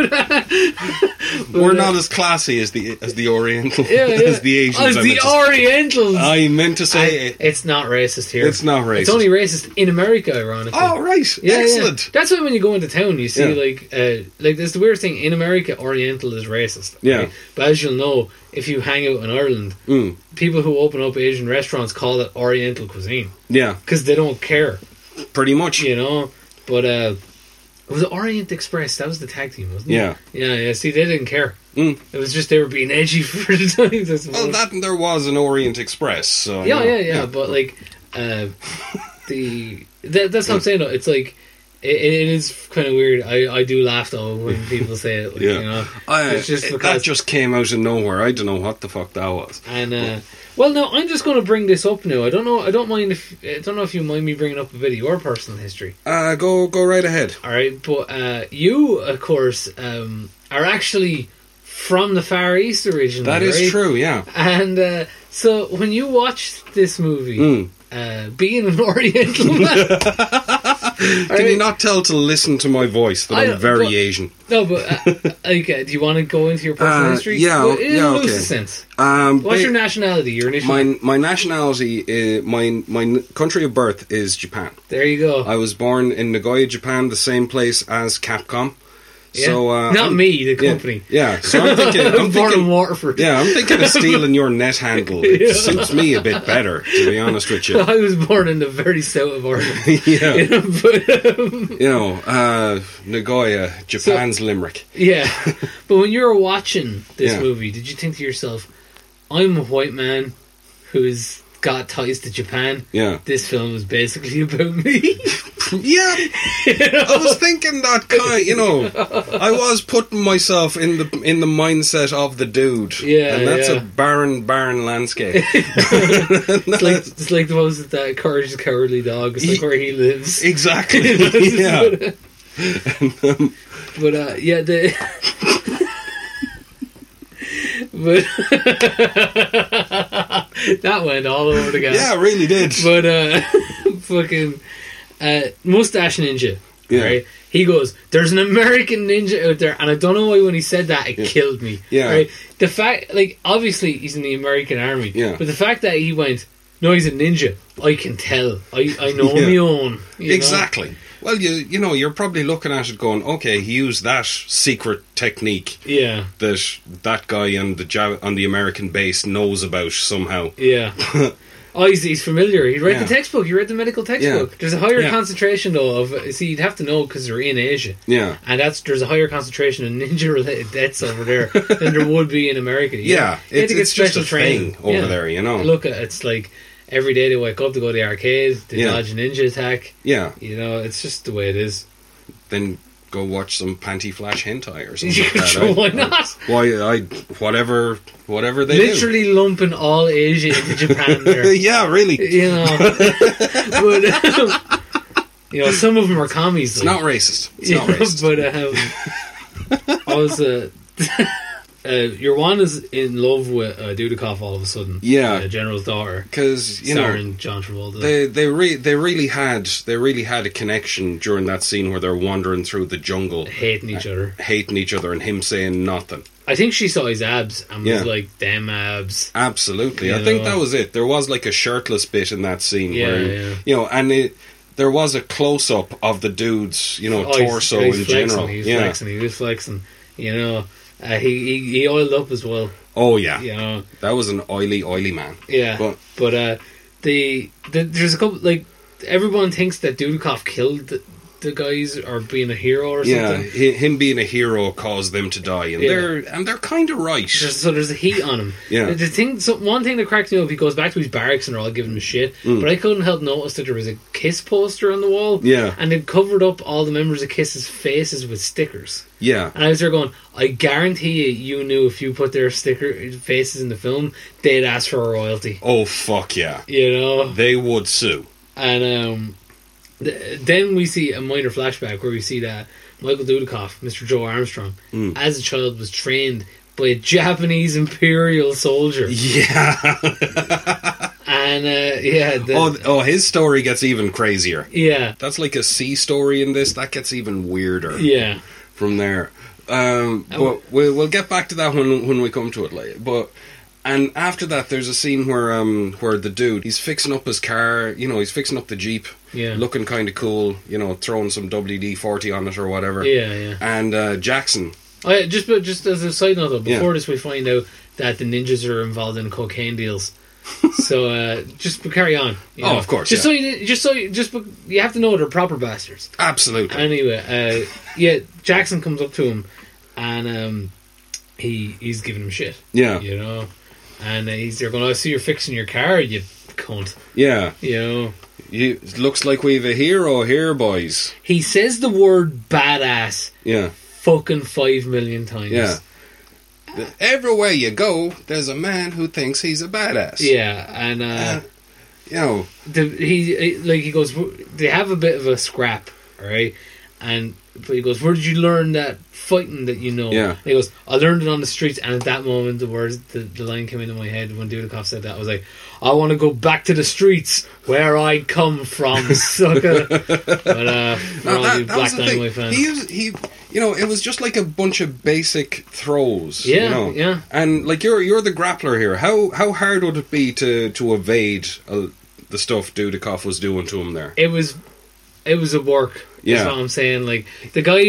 S2: We're not as classy as the as the Oriental
S1: yeah, yeah.
S2: as the Asians.
S1: As
S2: I,
S1: the
S2: meant to,
S1: Orientals.
S2: I meant to
S1: I-
S2: say it.
S1: it's not racist here.
S2: It's not racist.
S1: It's only racist in America, ironically.
S2: Oh right,
S1: Yeah, yeah.
S2: excellent.
S1: That's why when you go into town, you see
S2: Yeah.
S1: like uh, like that's the weird thing in America. Oriental is racist. okay?
S2: Yeah.
S1: but as you'll know, if you hang out in Ireland,
S2: Mm,
S1: people who open up Asian restaurants call it Oriental cuisine
S2: yeah,
S1: because they don't care,
S2: pretty much.
S1: you know. But uh, it was Orient Express. That was the tag team, wasn't
S2: Yeah.
S1: it? Yeah, yeah. See, they didn't care.
S2: Mm.
S1: It was just they were being edgy for the time. That's
S2: Well,
S1: all.
S2: Oh, that and there was an Orient Express. So
S1: yeah,
S2: you know,
S1: yeah, yeah, But like, uh, the that, that's what I'm saying. Though. It's like it, it is kind of weird. I, I do laugh though when people say it. Like,
S2: Yeah.
S1: You know,
S2: I,
S1: It's just
S2: it-
S1: because-
S2: that just came out of nowhere. I don't know what the fuck that was.
S1: and uh, well, no, I'm just going to bring this up now. I don't know. I don't mind if I don't know if you mind me bringing up a bit of your personal history.
S2: Uh, go go right ahead.
S1: All right, but uh, you, of course, um, are actually from the Far East originally.
S2: That is
S1: right?
S2: true. Yeah.
S1: And uh, so when you watched this movie,
S2: Mm.
S1: uh, being an Oriental man.
S2: Can you not tell to listen to my voice that
S1: I
S2: I, am
S1: don't-
S2: very
S1: but-
S2: Asian?
S1: No, but uh, like, uh, do you want to go into your personal
S2: Uh,
S1: history?
S2: yeah,
S1: Well, it
S2: yeah,
S1: loses
S2: okay.
S1: sense.
S2: Um,
S1: What's
S2: ba-
S1: your nationality? Your initial.
S2: my my nationality, uh, my my n- country of birth is Japan.
S1: there you go.
S2: I was born in Nagoya, Japan, the same place as Capcom.
S1: Yeah.
S2: So uh,
S1: not
S2: I'm-
S1: me, the
S2: yeah,
S1: company.
S2: Yeah, so I'm thinking,
S1: I'm
S2: I'm
S1: born in
S2: thinking,
S1: Waterford.
S2: yeah, I'm thinking of stealing your net handle. It
S1: Yeah.
S2: suits me a bit better, to be honest with you.
S1: I was born in the very south of Ireland.
S2: yeah,
S1: but, um,
S2: you know, uh, Nagoya, Japan's Limerick.
S1: yeah, but when you were watching this
S2: Yeah.
S1: movie, did you think to yourself, "I'm a white man who's got ties to Japan.
S2: Yeah,
S1: This film is basically about me."
S2: yeah. I was thinking that kind. You know, I was putting myself in the in the mindset of the dude.
S1: Yeah,
S2: and that's
S1: yeah.
S2: a barren, barren landscape.
S1: it's like it's like the ones that courage the cowardly dog. It's like
S2: Ye-
S1: where he lives.
S2: exactly. yeah.
S1: But uh, yeah, the. but that went all over the guy.
S2: Yeah, it really did.
S1: But uh, fucking uh, mustache ninja.
S2: Yeah.
S1: Right. He goes, "There's an American ninja out there," and I don't know why when he said that it killed me.
S2: Yeah.
S1: Right. The fact, like, obviously he's in the American army.
S2: Yeah.
S1: But the fact that he went, "No, he's a ninja." I can tell. I I know
S2: Yeah.
S1: me own. you know?
S2: exactly. Well, you you know, you're probably looking at it going, okay, he used that secret technique
S1: Yeah.
S2: that that guy on the Jav- on the American base knows about somehow.
S1: Yeah. oh, he's, he's familiar. He read
S2: Yeah.
S1: the textbook. He read the medical textbook.
S2: Yeah.
S1: There's a higher
S2: Yeah.
S1: concentration though of see you'd have to know because they're in Asia,
S2: Yeah.
S1: and that's there's a higher concentration of ninja related deaths over there than there would be in America. You know,
S2: Yeah,
S1: you had
S2: it's,
S1: to get
S2: it's just
S1: special
S2: a thing over
S1: Yeah.
S2: there, you know.
S1: Look, uh, it's like every day they wake up to go to the arcade, they
S2: Yeah.
S1: dodge a ninja attack.
S2: yeah,
S1: You know, it's just the way it is.
S2: then go watch some panty flash hentai or something. like that. I-
S1: Sure, Why not?
S2: Why I whatever whatever they
S1: Literally lumping all Asia into Japan
S2: do.
S1: there.
S2: yeah, really. It's
S1: you know. but um, you know, some of them are commies.
S2: not racist. It's
S1: you
S2: not
S1: know,
S2: racist.
S1: But um, I was uh, uh, your one is in love with uh, Dudikoff all of a sudden.
S2: Yeah.
S1: uh, General's daughter,
S2: Because you know,
S1: starring John Travolta.
S2: They they re- they really had they really had a connection during that scene where they're wandering through the jungle,
S1: Hating each other.
S2: hating each other, and him saying nothing.
S1: I think she saw his abs and was
S2: Yeah.
S1: like, "Damn abs."
S2: Absolutely, I
S1: Yeah.
S2: think that was it. There was like a shirtless bit in that scene
S1: Yeah,
S2: where
S1: yeah.
S2: you know, and it, there was a close up of the dude's you know
S1: Oh, he's-
S2: torso
S1: he's
S2: in
S1: flexing,
S2: general.
S1: He was
S2: Yeah.
S1: flexing. He was flexing. You know, uh, he, he he oiled up as well.
S2: Oh yeah.
S1: You know,
S2: that was an oily, oily man.
S1: Yeah,
S2: But-
S1: but, uh, the, the there's a couple like everyone thinks that Dudikoff killed the, the guys or being a hero or
S2: Yeah,
S1: something.
S2: hi- him being a hero caused them to die, and
S1: Yeah.
S2: they're and they're kind of right.
S1: There's, so there's a heat on him.
S2: Yeah.
S1: The thing, so one thing that cracks me up, he goes back to his barracks and they're all giving him shit.
S2: Mm.
S1: But I couldn't help notice that there was a Kiss poster on the wall.
S2: Yeah.
S1: And it covered up all the members of Kiss's faces with stickers.
S2: yeah,
S1: And I was there going, I guarantee you, you knew if you put their sticker faces in the film, they'd ask for a royalty.
S2: oh fuck yeah,
S1: You know.
S2: they would sue.
S1: And um, th- then we see a minor flashback where we see that Michael Dudikoff, Mr. Joe Armstrong,
S2: Hmm.
S1: as a child was trained by a Japanese imperial soldier.
S2: Yeah.
S1: And uh, yeah, the,
S2: Oh, th- oh, his story gets even crazier.
S1: yeah,
S2: That's like a C story in this. That gets even weirder
S1: yeah.
S2: from there. Um,
S1: Oh.
S2: but we'll, we'll get back to that when when we come to it later. But and after that, there's a scene where um where the dude he's fixing up his car. You know, he's fixing up the jeep.
S1: Yeah.
S2: Looking kind of cool. You know, throwing some WD forty on it or whatever.
S1: Yeah, yeah.
S2: And uh, Jackson.
S1: Oh, yeah, just but just as a side note, though,
S2: Yeah.
S1: before this, we find out that the ninjas are involved in cocaine deals. so uh, just carry on. you
S2: Oh, of course,
S1: Just
S2: yeah.
S1: so you, just so you, just be- you have to know they're proper bastards.
S2: Absolutely.
S1: Anyway, uh, yeah, Jackson comes up to him, and um, he he's giving him shit.
S2: Yeah.
S1: you know, and uh, he's they're going, "I see you're fixing your car, you cunt."
S2: yeah.
S1: You know,
S2: You, it looks like we've a hero here, boys.
S1: he says the word "badass"
S2: Yeah.
S1: fucking five million times.
S2: Yeah. Everywhere you go, there's a man who thinks he's a badass.
S1: yeah, and uh,
S2: Uh, You know,
S1: the, he he- like he goes, "W- they have a bit of a scrap, all right, and but he goes, "Where did you learn that fighting that you know?"
S2: Yeah.
S1: And he goes, "I learned it on the streets," and at that moment, the words, the, the line came into my head when Dudikoff said that. I was like, "I want to go back to the streets where I come from, sucker." but uh, for
S2: now
S1: all you
S2: that, that
S1: Black
S2: was the
S1: Dynamite
S2: thing.
S1: fans,
S2: He, was, he, you know, it was just like a bunch of basic throws. you
S1: Yeah,
S2: know.
S1: yeah.
S2: And like you're you're the grappler here. How how hard would it be to to evade uh, the stuff Dudikoff was doing to him there?
S1: it was it was a work.
S2: Yeah.
S1: That's what I'm saying. Like the guy,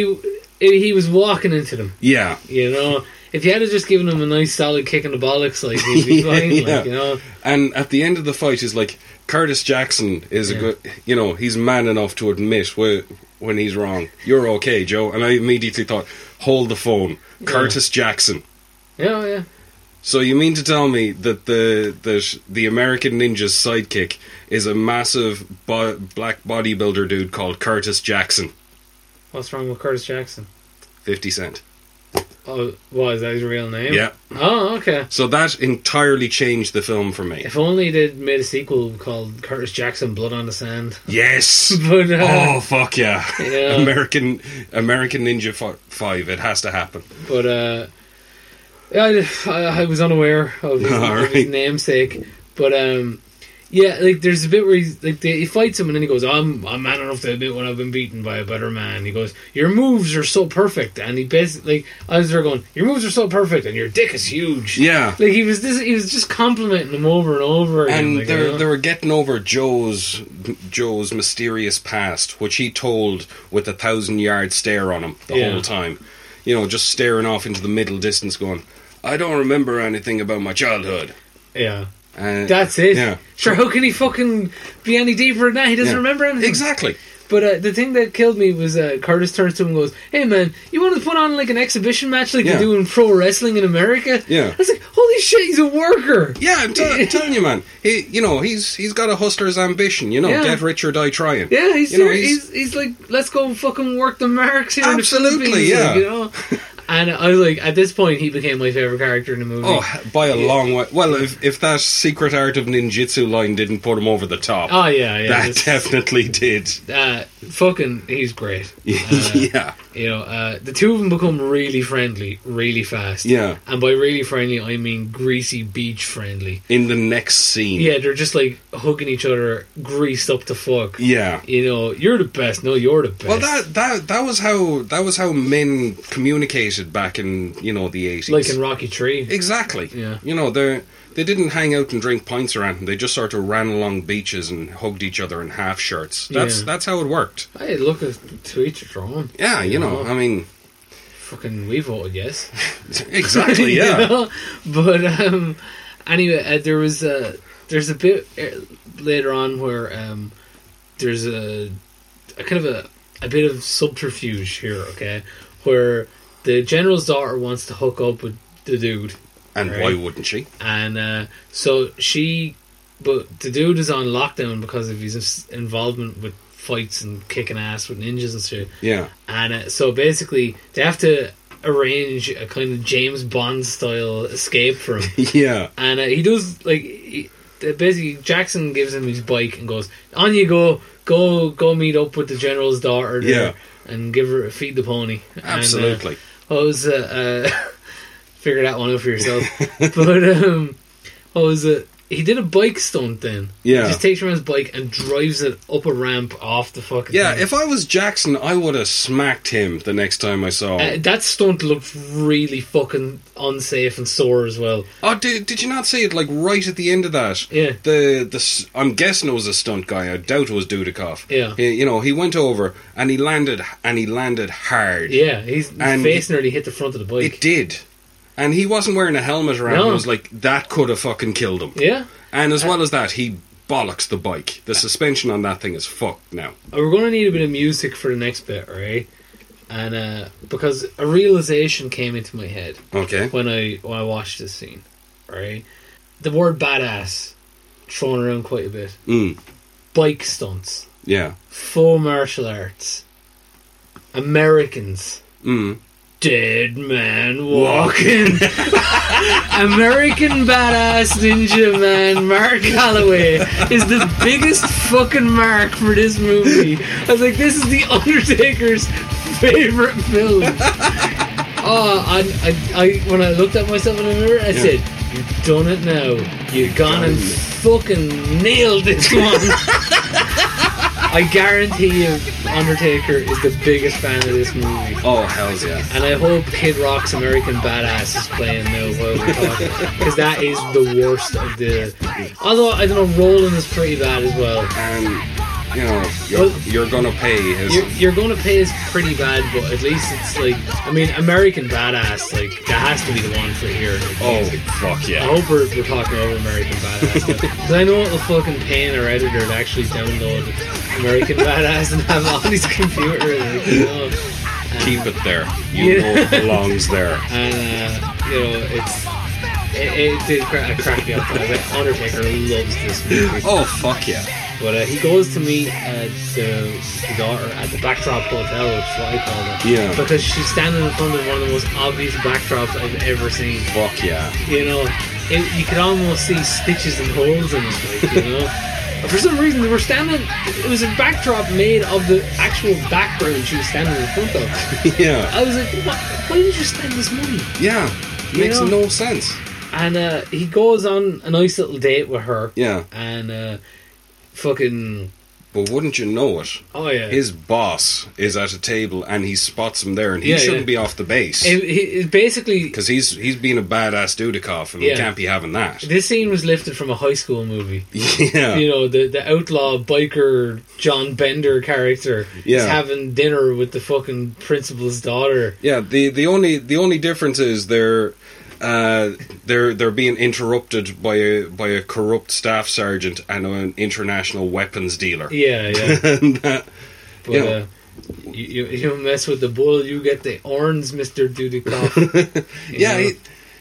S1: he was walking into them.
S2: Yeah.
S1: You know, if you had have just given him a nice solid kick in the bollocks, like he'd be fine.
S2: Yeah.
S1: Like you know,
S2: And at the end of the fight, is like Curtis Jackson is a
S1: Yeah.
S2: good, you know, he's man enough to admit wh- when he's wrong. You're okay, Joe. And I immediately thought, hold the phone, Curtis Jackson.
S1: yeah, yeah,
S2: So you mean to tell me that the that the American Ninja's sidekick is a massive bo- black bodybuilder dude called Curtis Jackson?
S1: What's wrong with Curtis Jackson?
S2: Fifty Cent.
S1: Oh, was that his real name?
S2: Yeah.
S1: Oh, okay.
S2: So that entirely changed the film for me.
S1: If only they'd made a sequel called Curtis Jackson Blood on the Sand.
S2: Yes.
S1: But uh,
S2: Oh fuck yeah!
S1: Yeah.
S2: American American Ninja fi- Five. It has to happen.
S1: but uh, yeah, I, I was unaware of his,
S2: All
S1: of his
S2: right.
S1: namesake. But um, yeah, like there's a bit where he's like they, he fights him and then he goes, "I'm I'm man enough to admit when I've been beaten by a better man." He goes, "Your moves are so perfect," and he basically like I was there going, "Your moves are so perfect and your dick is huge."
S2: Yeah.
S1: Like he was this, he was just complimenting him over and over again.
S2: And
S1: like, you
S2: they're
S1: know?
S2: they were getting over Joe's Joe's mysterious past, which he told with a thousand yard stare on him the
S1: Yeah.
S2: whole time. You know, just staring off into the middle distance, going, "I don't remember anything about my childhood."
S1: yeah,
S2: And
S1: that's it.
S2: Yeah,
S1: Sure, how can he fucking be any deeper than that? He doesn't
S2: Yeah.
S1: remember anything.
S2: exactly.
S1: But uh, the thing that killed me was uh, Curtis turns to him and goes, "Hey man, you want to put on like an exhibition match like
S2: Yeah.
S1: you do in pro wrestling in America?"
S2: Yeah.
S1: I was like, "Holy shit, he's a worker."
S2: Yeah, I'm, tell- I'm telling you, man. He, you know, he's he's got a hustler's ambition. You know,
S1: Yeah.
S2: get rich or die trying.
S1: Yeah, he's,
S2: You know,
S1: serious.
S2: he's-
S1: he's he's like, let's go and fucking work the marks here. in the
S2: Absolutely,
S1: Philippines," like,
S2: yeah.
S1: you know. And I was like, at this point, he became my favorite character in the movie.
S2: Oh, by a long way. Well, if if that secret art of ninjutsu line didn't put him over the top,
S1: Oh, yeah, yeah.
S2: that
S1: this-
S2: definitely did.
S1: uh, fucking, he's great. Uh,
S2: yeah.
S1: You know, uh, the two of them become really friendly, really fast.
S2: Yeah.
S1: And by really friendly, I mean greasy beach friendly.
S2: in the next scene.
S1: Yeah, they're just like hugging each other, greased up to fuck.
S2: Yeah.
S1: You know, you're the best. No, you're the best.
S2: Well, that that that was how that was how men communicated back in you know the eighties.
S1: like in Rocky Tree.
S2: exactly.
S1: Yeah.
S2: You know they they didn't hang out and drink pints or anything. They just sort of ran along beaches and hugged each other in half shirts. That's
S1: Yeah.
S2: that's how it worked.
S1: Hey, look at to each their own.
S2: Yeah. You know. I mean.
S1: Fucking, we voted yes.
S2: Exactly.
S1: You
S2: Yeah.
S1: know? But um, anyway, uh, there was a there's a bit uh, later on where um, there's a, a kind of a a bit of subterfuge here, okay? Where the general's daughter wants to hook up with the dude,
S2: And
S1: Right.
S2: why wouldn't she?
S1: and uh, so she, but the dude is on lockdown because of his involvement with fights and kicking ass with ninjas and shit.
S2: Yeah.
S1: And uh, so basically, they have to arrange a kind of James Bond style escape for him.
S2: Yeah.
S1: and uh, he does like he, uh, basically Jackson gives him his bike and goes on you go go go meet up with the general's daughter there and give her feed the pony And, uh,
S2: Absolutely.
S1: what was uh, uh figure that one out for yourself but um what was it he did a bike stunt then
S2: Yeah.
S1: he just takes her on his bike and drives it up a ramp off the fucking
S2: yeah,
S1: thing.
S2: if I was Jackson, I would have smacked him the next time I saw
S1: uh,
S2: him.
S1: that stunt looked really fucking unsafe and sore as well.
S2: oh, did, did you not see it? Like right at the end of that,
S1: Yeah.
S2: The the s- I'm guessing it was a stunt guy. I doubt it was Dudikoff.
S1: Yeah.
S2: He- you know, he went over and he landed and he landed hard.
S1: Yeah, he's his
S2: And-
S1: face nearly hit the front of the bike.
S2: It did. And he wasn't wearing a helmet around.
S1: No.
S2: It was like that could have fucking killed him.
S1: yeah,
S2: And as well as that, he bollocks the bike. The suspension on that thing is fucked now.
S1: Uh, we're gonna need a bit of music for the next bit, right? And uh, because a realization came into my head
S2: Okay.
S1: when I when I watched this scene, right? The word badass thrown around quite a bit.
S2: Mm.
S1: Bike stunts,
S2: Yeah.
S1: full martial arts, Americans,
S2: Mm.
S1: dead man walking, American badass ninja man Mark Calloway is the biggest fucking mark for this movie. I was like, this is the Undertaker's favorite film. Oh, I, I, I, when I looked at myself in the mirror, I said, "You've done it now. You've gone and fucking nailed this one." I guarantee you, Undertaker is the biggest fan of this movie.
S2: Oh, hells yeah.
S1: And I hope Kid Rock's American Badass is playing now while we're talking. Because that is the worst of the. Although, I don't know, Roland is pretty bad as well.
S2: And, you know, you're,
S1: Well-
S2: you're gonna pay his.
S1: You're, you're going to pay is pretty bad, but at least it's like. I mean, American Badass, like, that has to be the one for here. Like,
S2: Oh, fuck
S1: I
S2: yeah.
S1: hope we're, we're talking over American Badass. Because I know it'll fucking pain our editor to actually download American Badass and have it on his computer. Like, you know.
S2: Keep it there. You know it belongs there.
S1: and uh, you know it's it, it did cra- I cracked me up. I was like, Undertaker loves this movie,
S2: Oh, fuck yeah.
S1: but uh, he goes to meet uh, the, the daughter at the Backdrop Hotel, which is what I call it,
S2: Yeah.
S1: because she's standing in front of one of the most obvious backdrops I've ever seen.
S2: Fuck yeah.
S1: You know, it, you could almost see stitches and holes in it, like, you know. But For some reason, they were standing. It was a backdrop made of the actual background she was standing in front of.
S2: Yeah.
S1: I was like, what? Why did you spend this money?
S2: Yeah. Makes
S1: You know-
S2: no sense.
S1: And uh, he goes on a nice little date with her.
S2: Yeah.
S1: And uh, fucking.
S2: But wouldn't you know it?
S1: Oh, yeah.
S2: His boss is at a table and he spots him there and he
S1: Yeah,
S2: shouldn't
S1: yeah.
S2: be off the base.
S1: It- it- it basically.
S2: Because he's he's being a badass Dudikoff and
S1: Yeah.
S2: we can't be having that.
S1: This scene was lifted from a high school movie.
S2: yeah.
S1: You know, the, the outlaw biker John Bender character is
S2: Yeah.
S1: having dinner with the fucking principal's daughter.
S2: Yeah, the, the only the only difference is they're uh, they're they're being interrupted by a by a corrupt staff sergeant and an international weapons dealer.
S1: Yeah, yeah.
S2: and that,
S1: But
S2: Yeah.
S1: uh, you, you, you mess with the bull, you get the horns, Mr. Dudikoff. You
S2: yeah,
S1: know?
S2: he-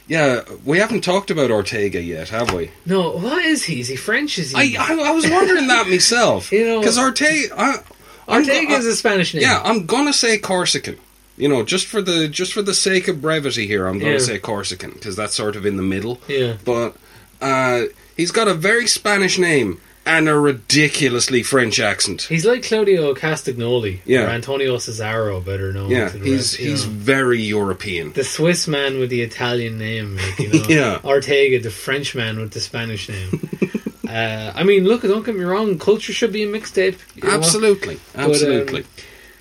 S2: yeah, we haven't talked about Ortega yet, have we?
S1: No, what is he? Is he French? Is
S2: I
S1: he.
S2: I, I was wondering that myself.
S1: You know-
S2: because Ortega, I, I'm go-
S1: Ortega is a Spanish name.
S2: Yeah, I'm gonna say Corsican. You know, just for the just for the sake of brevity here, I'm gonna
S1: Yeah.
S2: say Corsican because that's sort of in the middle.
S1: Yeah.
S2: But uh, he's got a very Spanish name and a ridiculously French accent.
S1: He's like Claudio Castagnoli or
S2: Yeah.
S1: Antonio Cesaro, better known.
S2: yeah,
S1: to the
S2: he's
S1: rest, you
S2: he's
S1: know.
S2: very European.
S1: the Swiss man with the Italian name, like, you know.
S2: Yeah.
S1: Ortega, the French man with the Spanish name. uh, I mean, look, don't get me wrong. Culture should be a mixtape. you know.
S2: Absolutely,
S1: um,
S2: absolutely.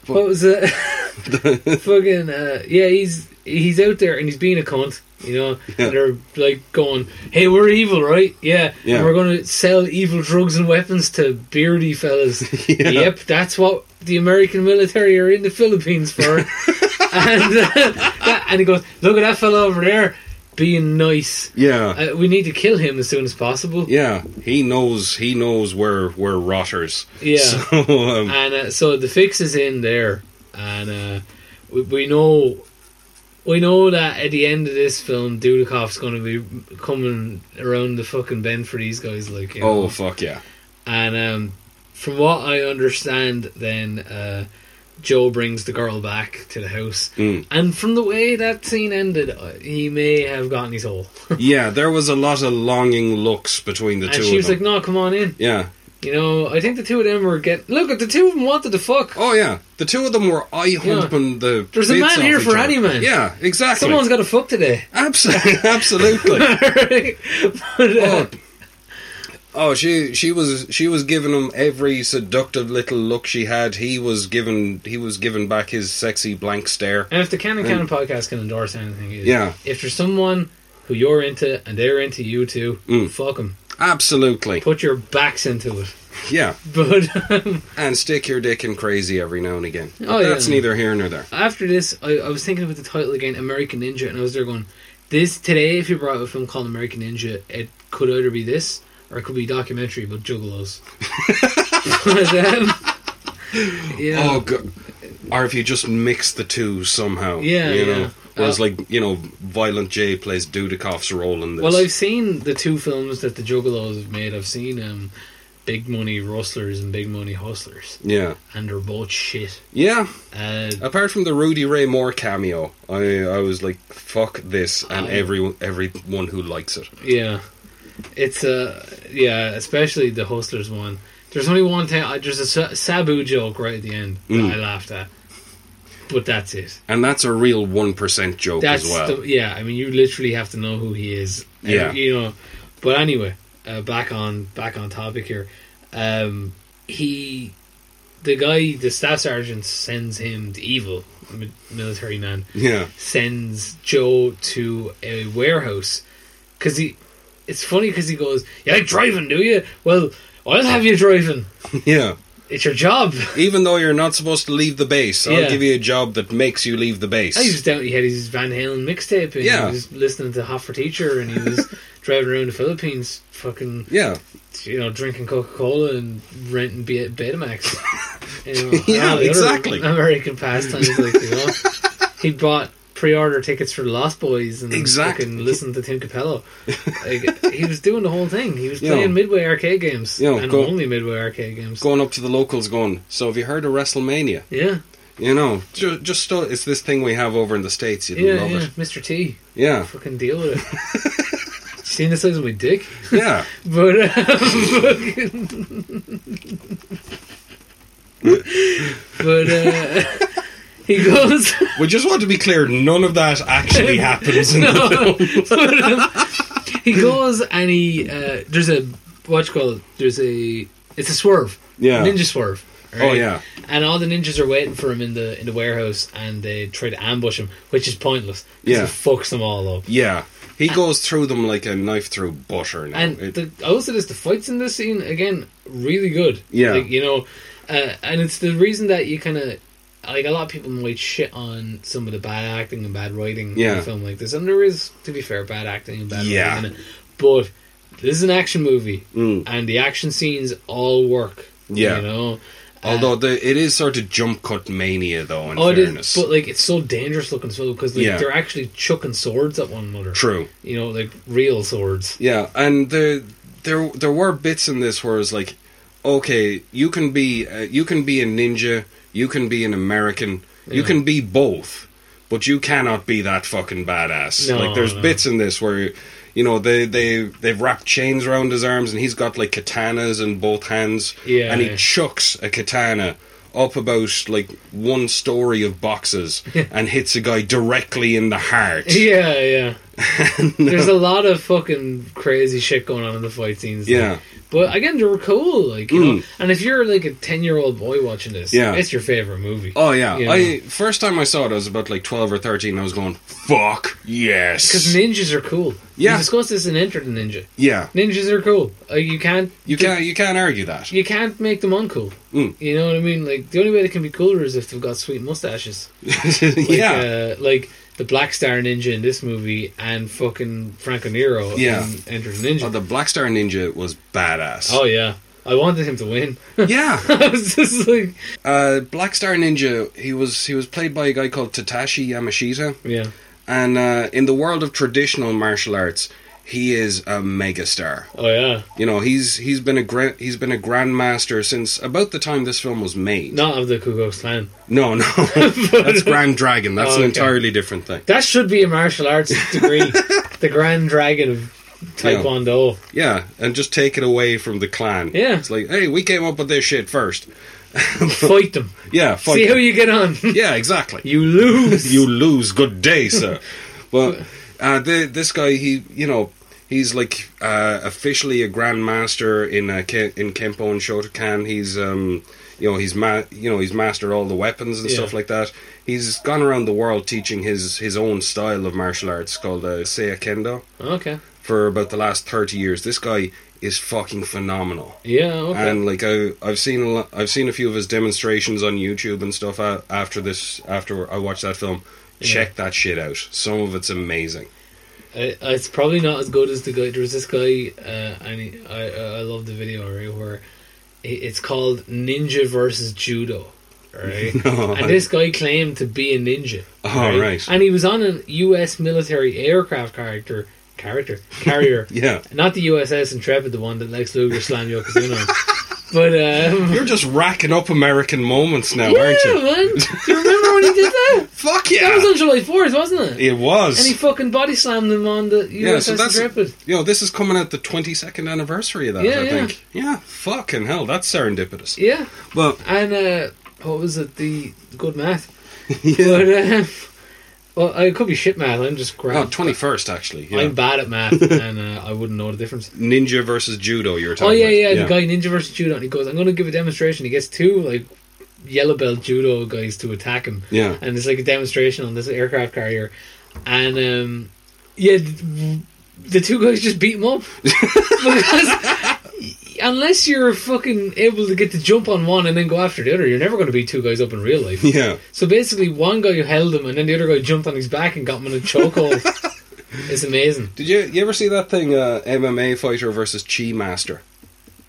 S1: What was it? Fucking uh, yeah, he's he's out there and he's being a cunt. You know,
S2: Yeah.
S1: and they're like going, "Hey, we're evil, right? Yeah,
S2: Yeah.
S1: And we're going to sell evil drugs and weapons to beardy fellas.
S2: Yeah.
S1: Yep, that's what the American military are in the Philippines for." and uh, that, and he goes, "Look at that fellow over there." being nice.
S2: Yeah.
S1: Uh, we need to kill him as soon as possible.
S2: Yeah, he knows. He knows we're we're rotters.
S1: Yeah.
S2: So um,
S1: And uh, so the fix is in there, and uh, we, we know we know that at the end of this film, Dudikov's going to be coming around the fucking bend for these guys, like you know.
S2: oh fuck yeah.
S1: And um, from what I understand, then uh, Joe brings the girl back to the house,
S2: Mm.
S1: and from the way that scene ended, uh, he may have gotten his hole.
S2: Yeah, there was a lot of longing looks between the two
S1: and she
S2: of
S1: was
S2: them.
S1: like, "No, come on in."
S2: yeah.
S1: You know, I think the two of them were getting. Look, the two of them wanted to fuck.
S2: Oh yeah. The two of them were eye humping the.
S1: There's a
S2: bits
S1: man
S2: off
S1: here
S2: each
S1: for
S2: other.
S1: any man.
S2: Yeah, exactly.
S1: Someone's got to fuck today.
S2: Absolutely, absolutely.
S1: But, uh,
S2: oh. Oh, she she was she was giving him every seductive little look she had. He was given he was giving back his sexy blank stare.
S1: And if the Canon Canon podcast can endorse anything, is
S2: Yeah.
S1: if there's someone who you're into and they're into you too,
S2: Mm.
S1: fuck them.
S2: Absolutely,
S1: Put your backs into it.
S2: yeah.
S1: But um,
S2: And stick your dick in crazy every now and again.
S1: Oh, yeah.
S2: That's neither here nor there.
S1: after this, I, I was thinking about the title again, American Ninja, and I was there going, this today, if you brought up a film called American Ninja, it could either be this or it could be a documentary about juggalos. But, um, yeah.
S2: Oh, go- or if you just mix the two somehow.
S1: Yeah,
S2: you know.
S1: yeah.
S2: Whereas,
S1: Uh,
S2: like you know, Violent J plays Dudikov's role in this.
S1: Well, I've seen the two films that the Juggalos have made. I've seen um, Big Money Rustlers and Big Money Hustlers,
S2: yeah,
S1: and they're both shit.
S2: yeah.
S1: Uh,
S2: Apart from the Rudy Ray Moore cameo, I I was like, fuck this, and
S1: I-
S2: everyone everyone who likes it.
S1: yeah, it's uh, yeah, especially the Hustlers one. There's only one thing. I- There's a Sa- Sabu joke right at the end
S2: Mm.
S1: that I laughed at, but that's it.
S2: And that's a real one percent joke
S1: That's
S2: as well.
S1: the, yeah. I mean, you literally have to know who he is. Uh,
S2: Yeah.
S1: you know. But anyway, uh, back on back on topic here. Um, he, the guy, the staff sergeant sends him the evil mi- military man
S2: yeah,
S1: sends Joe to a warehouse because he. It's funny because he goes, "You like driving, do you? Well, I'll have you driving.
S2: yeah.
S1: It's your job."
S2: Even though you're not supposed to leave the base, I'll
S1: Yeah.
S2: give you a job that makes you leave the base.
S1: He was down. He had his Van Halen mixtape. And
S2: Yeah.
S1: He was listening to Hot for Teacher, and he was driving around the Philippines, fucking
S2: yeah,
S1: you know, drinking Coca Cola and renting Be- Betamax. You know, and
S2: Yeah,
S1: all the other
S2: exactly.
S1: American pastimes, like you know, he bought pre-order tickets for the Lost Boys and
S2: Exactly.
S1: fucking listened to Tim Capello. Like, he was doing the whole thing. He was
S2: You
S1: playing
S2: know.
S1: Midway arcade games
S2: You know,
S1: and
S2: go-
S1: only Midway arcade games.
S2: going up to the locals, going. So have you heard of WrestleMania?
S1: yeah,
S2: You know, ju- just stu- it's this thing we have over in the states. You'd
S1: yeah,
S2: love
S1: yeah.
S2: it.
S1: Mr. T,
S2: Yeah,
S1: fucking deal with it. Seen the size of my dick,
S2: yeah.
S1: but um, fucking- but uh, he goes.
S2: we just want to be clear. None of that actually happens. In the film.
S1: he goes and he uh, there's a what you call it? There's a it's a swerve,
S2: Yeah.
S1: ninja swerve.
S2: Oh
S1: right?
S2: yeah,
S1: and all the ninjas are waiting for him in the in the warehouse, and they try to ambush him, which is pointless. 'cause
S2: Yeah.
S1: he fucks them all up.
S2: yeah. He goes through them like a knife through butter. Now.
S1: And
S2: It-
S1: the, also, this the fights in this scene again really good.
S2: Yeah.
S1: like, you know, uh, and it's the reason that you kind of like a lot of people might shit on some of the bad acting and bad writing in
S2: Yeah.
S1: a film like this, and there is, to be fair, bad acting and bad
S2: Yeah.
S1: writing in it. But this is an action movie,
S2: Mm.
S1: and the action scenes all work.
S2: Yeah.
S1: you know.
S2: although the, it is sort of jump cut mania, though. In
S1: Oh, it is,
S2: fairness,
S1: but like it's so dangerous looking as well because like,
S2: Yeah.
S1: they're actually chucking swords at one another.
S2: true.
S1: You know, like real swords.
S2: Yeah, and there there there were bits in this where it's like, okay, you can be uh, you can be a ninja, you can be an American, you
S1: Yeah.
S2: can be both, but you cannot be that fucking badass.
S1: No,
S2: like there's
S1: no.
S2: bits in this where. You know they they they've wrapped chains around his arms, and he's got like katanas in both hands.
S1: Yeah.
S2: and he chucks a katana up about like one story of boxes, and hits a guy directly in the heart.
S1: Yeah, yeah. There's a lot of fucking crazy shit going on in the fight scenes. like.
S2: Yeah.
S1: But again, they were cool. Like, you
S2: Mm.
S1: know, and if you're like a ten year old boy watching this,
S2: Yeah.
S1: it's your favorite movie.
S2: Oh yeah,
S1: You know?
S2: I first time I saw it, I was about like twelve or thirteen. I was going, "Fuck
S1: Because
S2: yes,
S1: ninjas are cool.
S2: Yeah.
S1: We discussed this in Enter the Ninja.
S2: yeah."
S1: Ninjas are cool. Uh, you can't
S2: You can't you can't argue that.
S1: you can't make them uncool.
S2: Mm.
S1: You know what I mean? Like the only way they can be cooler is if they've got sweet mustaches. Like,
S2: yeah,
S1: uh, like the Black Star Ninja in this movie and fucking Franco Nero
S2: Yeah.
S1: in Enter the Ninja.
S2: Oh, the Black Star Ninja was badass.
S1: oh yeah, I wanted him to win.
S2: yeah.
S1: I was just like,
S2: Uh, Black Star Ninja. He was he was played by a guy called Tatashi Yamashita,
S1: yeah,
S2: and uh, in the world of traditional martial arts, he is a megastar.
S1: oh yeah.
S2: You know, he's he's been a gra- he's been a grandmaster since about the time this film was made.
S1: Not of the Ku Klux Klan.
S2: no, no. that's Grand Dragon. That's
S1: Oh,
S2: an
S1: okay.
S2: entirely different thing.
S1: That should be a martial arts degree. the Grand Dragon of Taekwondo.
S2: Yeah, and just take it away from the clan.
S1: Yeah.
S2: it's like, hey, we came up with this shit first.
S1: Fight them.
S2: Yeah, fight
S1: See how
S2: them.
S1: you get on.
S2: Yeah, exactly.
S1: you lose.
S2: you lose. Good day, sir. But uh, the, this guy, he, you know, he's like uh, officially a grandmaster in uh, Ke- in Kempo and Shotokan. He's, um, you know, he's ma- you know, he's mastered all the weapons and
S1: Yeah.
S2: stuff like that. He's gone around the world teaching his his own style of martial arts called uh, Seikendo
S1: okay.
S2: for about the last thirty years. This guy is fucking phenomenal.
S1: Yeah. Okay.
S2: And like I, I've seen a lot, I've seen a few of his demonstrations on YouTube and stuff a after this after I watched that film. Check that shit out. Some of it's amazing.
S1: I, it's probably not as good as the guy. There was this guy, uh, and he, I I love the video right where he- it's called Ninja versus Judo, right?
S2: No.
S1: and this guy claimed to be a ninja.
S2: Oh, right.
S1: And he was on a U.S. military aircraft character character carrier,
S2: Yeah,
S1: not the USS Intrepid, the one that Lex Luger slammed Yokozuna on. But um,
S2: you're just racking up American moments now,
S1: yeah,
S2: aren't you?
S1: man, do you remember when he did that?
S2: Fuck
S1: That was
S2: yeah,
S1: on July Fourth, wasn't it?
S2: it
S1: And he
S2: was.
S1: fucking body slammed him on the USS
S2: Yeah, so that's
S1: Intrepid.
S2: yo. This is coming at the 22nd anniversary of that.
S1: Yeah,
S2: I
S1: yeah.
S2: think. Yeah, fucking hell, that's serendipitous.
S1: Yeah.
S2: Well,
S1: And uh, what was it? The good math.
S2: yeah.
S1: But, um, well, I could be shit math. I'm just
S2: Oh,
S1: crap.
S2: 21st actually. Yeah.
S1: I'm bad at math, and uh, I wouldn't know the difference.
S2: Ninja versus judo. You were
S1: Oh
S2: talking.
S1: yeah, yeah,
S2: about.
S1: The guy ninja versus judo, and he goes, "I'm going to give a demonstration." He gets two like yellow belt judo guys to attack him.
S2: Yeah.
S1: and it's like a demonstration on this aircraft carrier, and um, yeah, th- the two guys just beat him up because unless you're fucking able to get the jump on one and then go after the other, you're never going to beat two guys up in real life.
S2: Yeah.
S1: So basically, one guy held him, and then the other guy jumped on his back and got him in a chokehold. it's amazing.
S2: Did you you ever see that thing uh, MMA fighter versus chi master?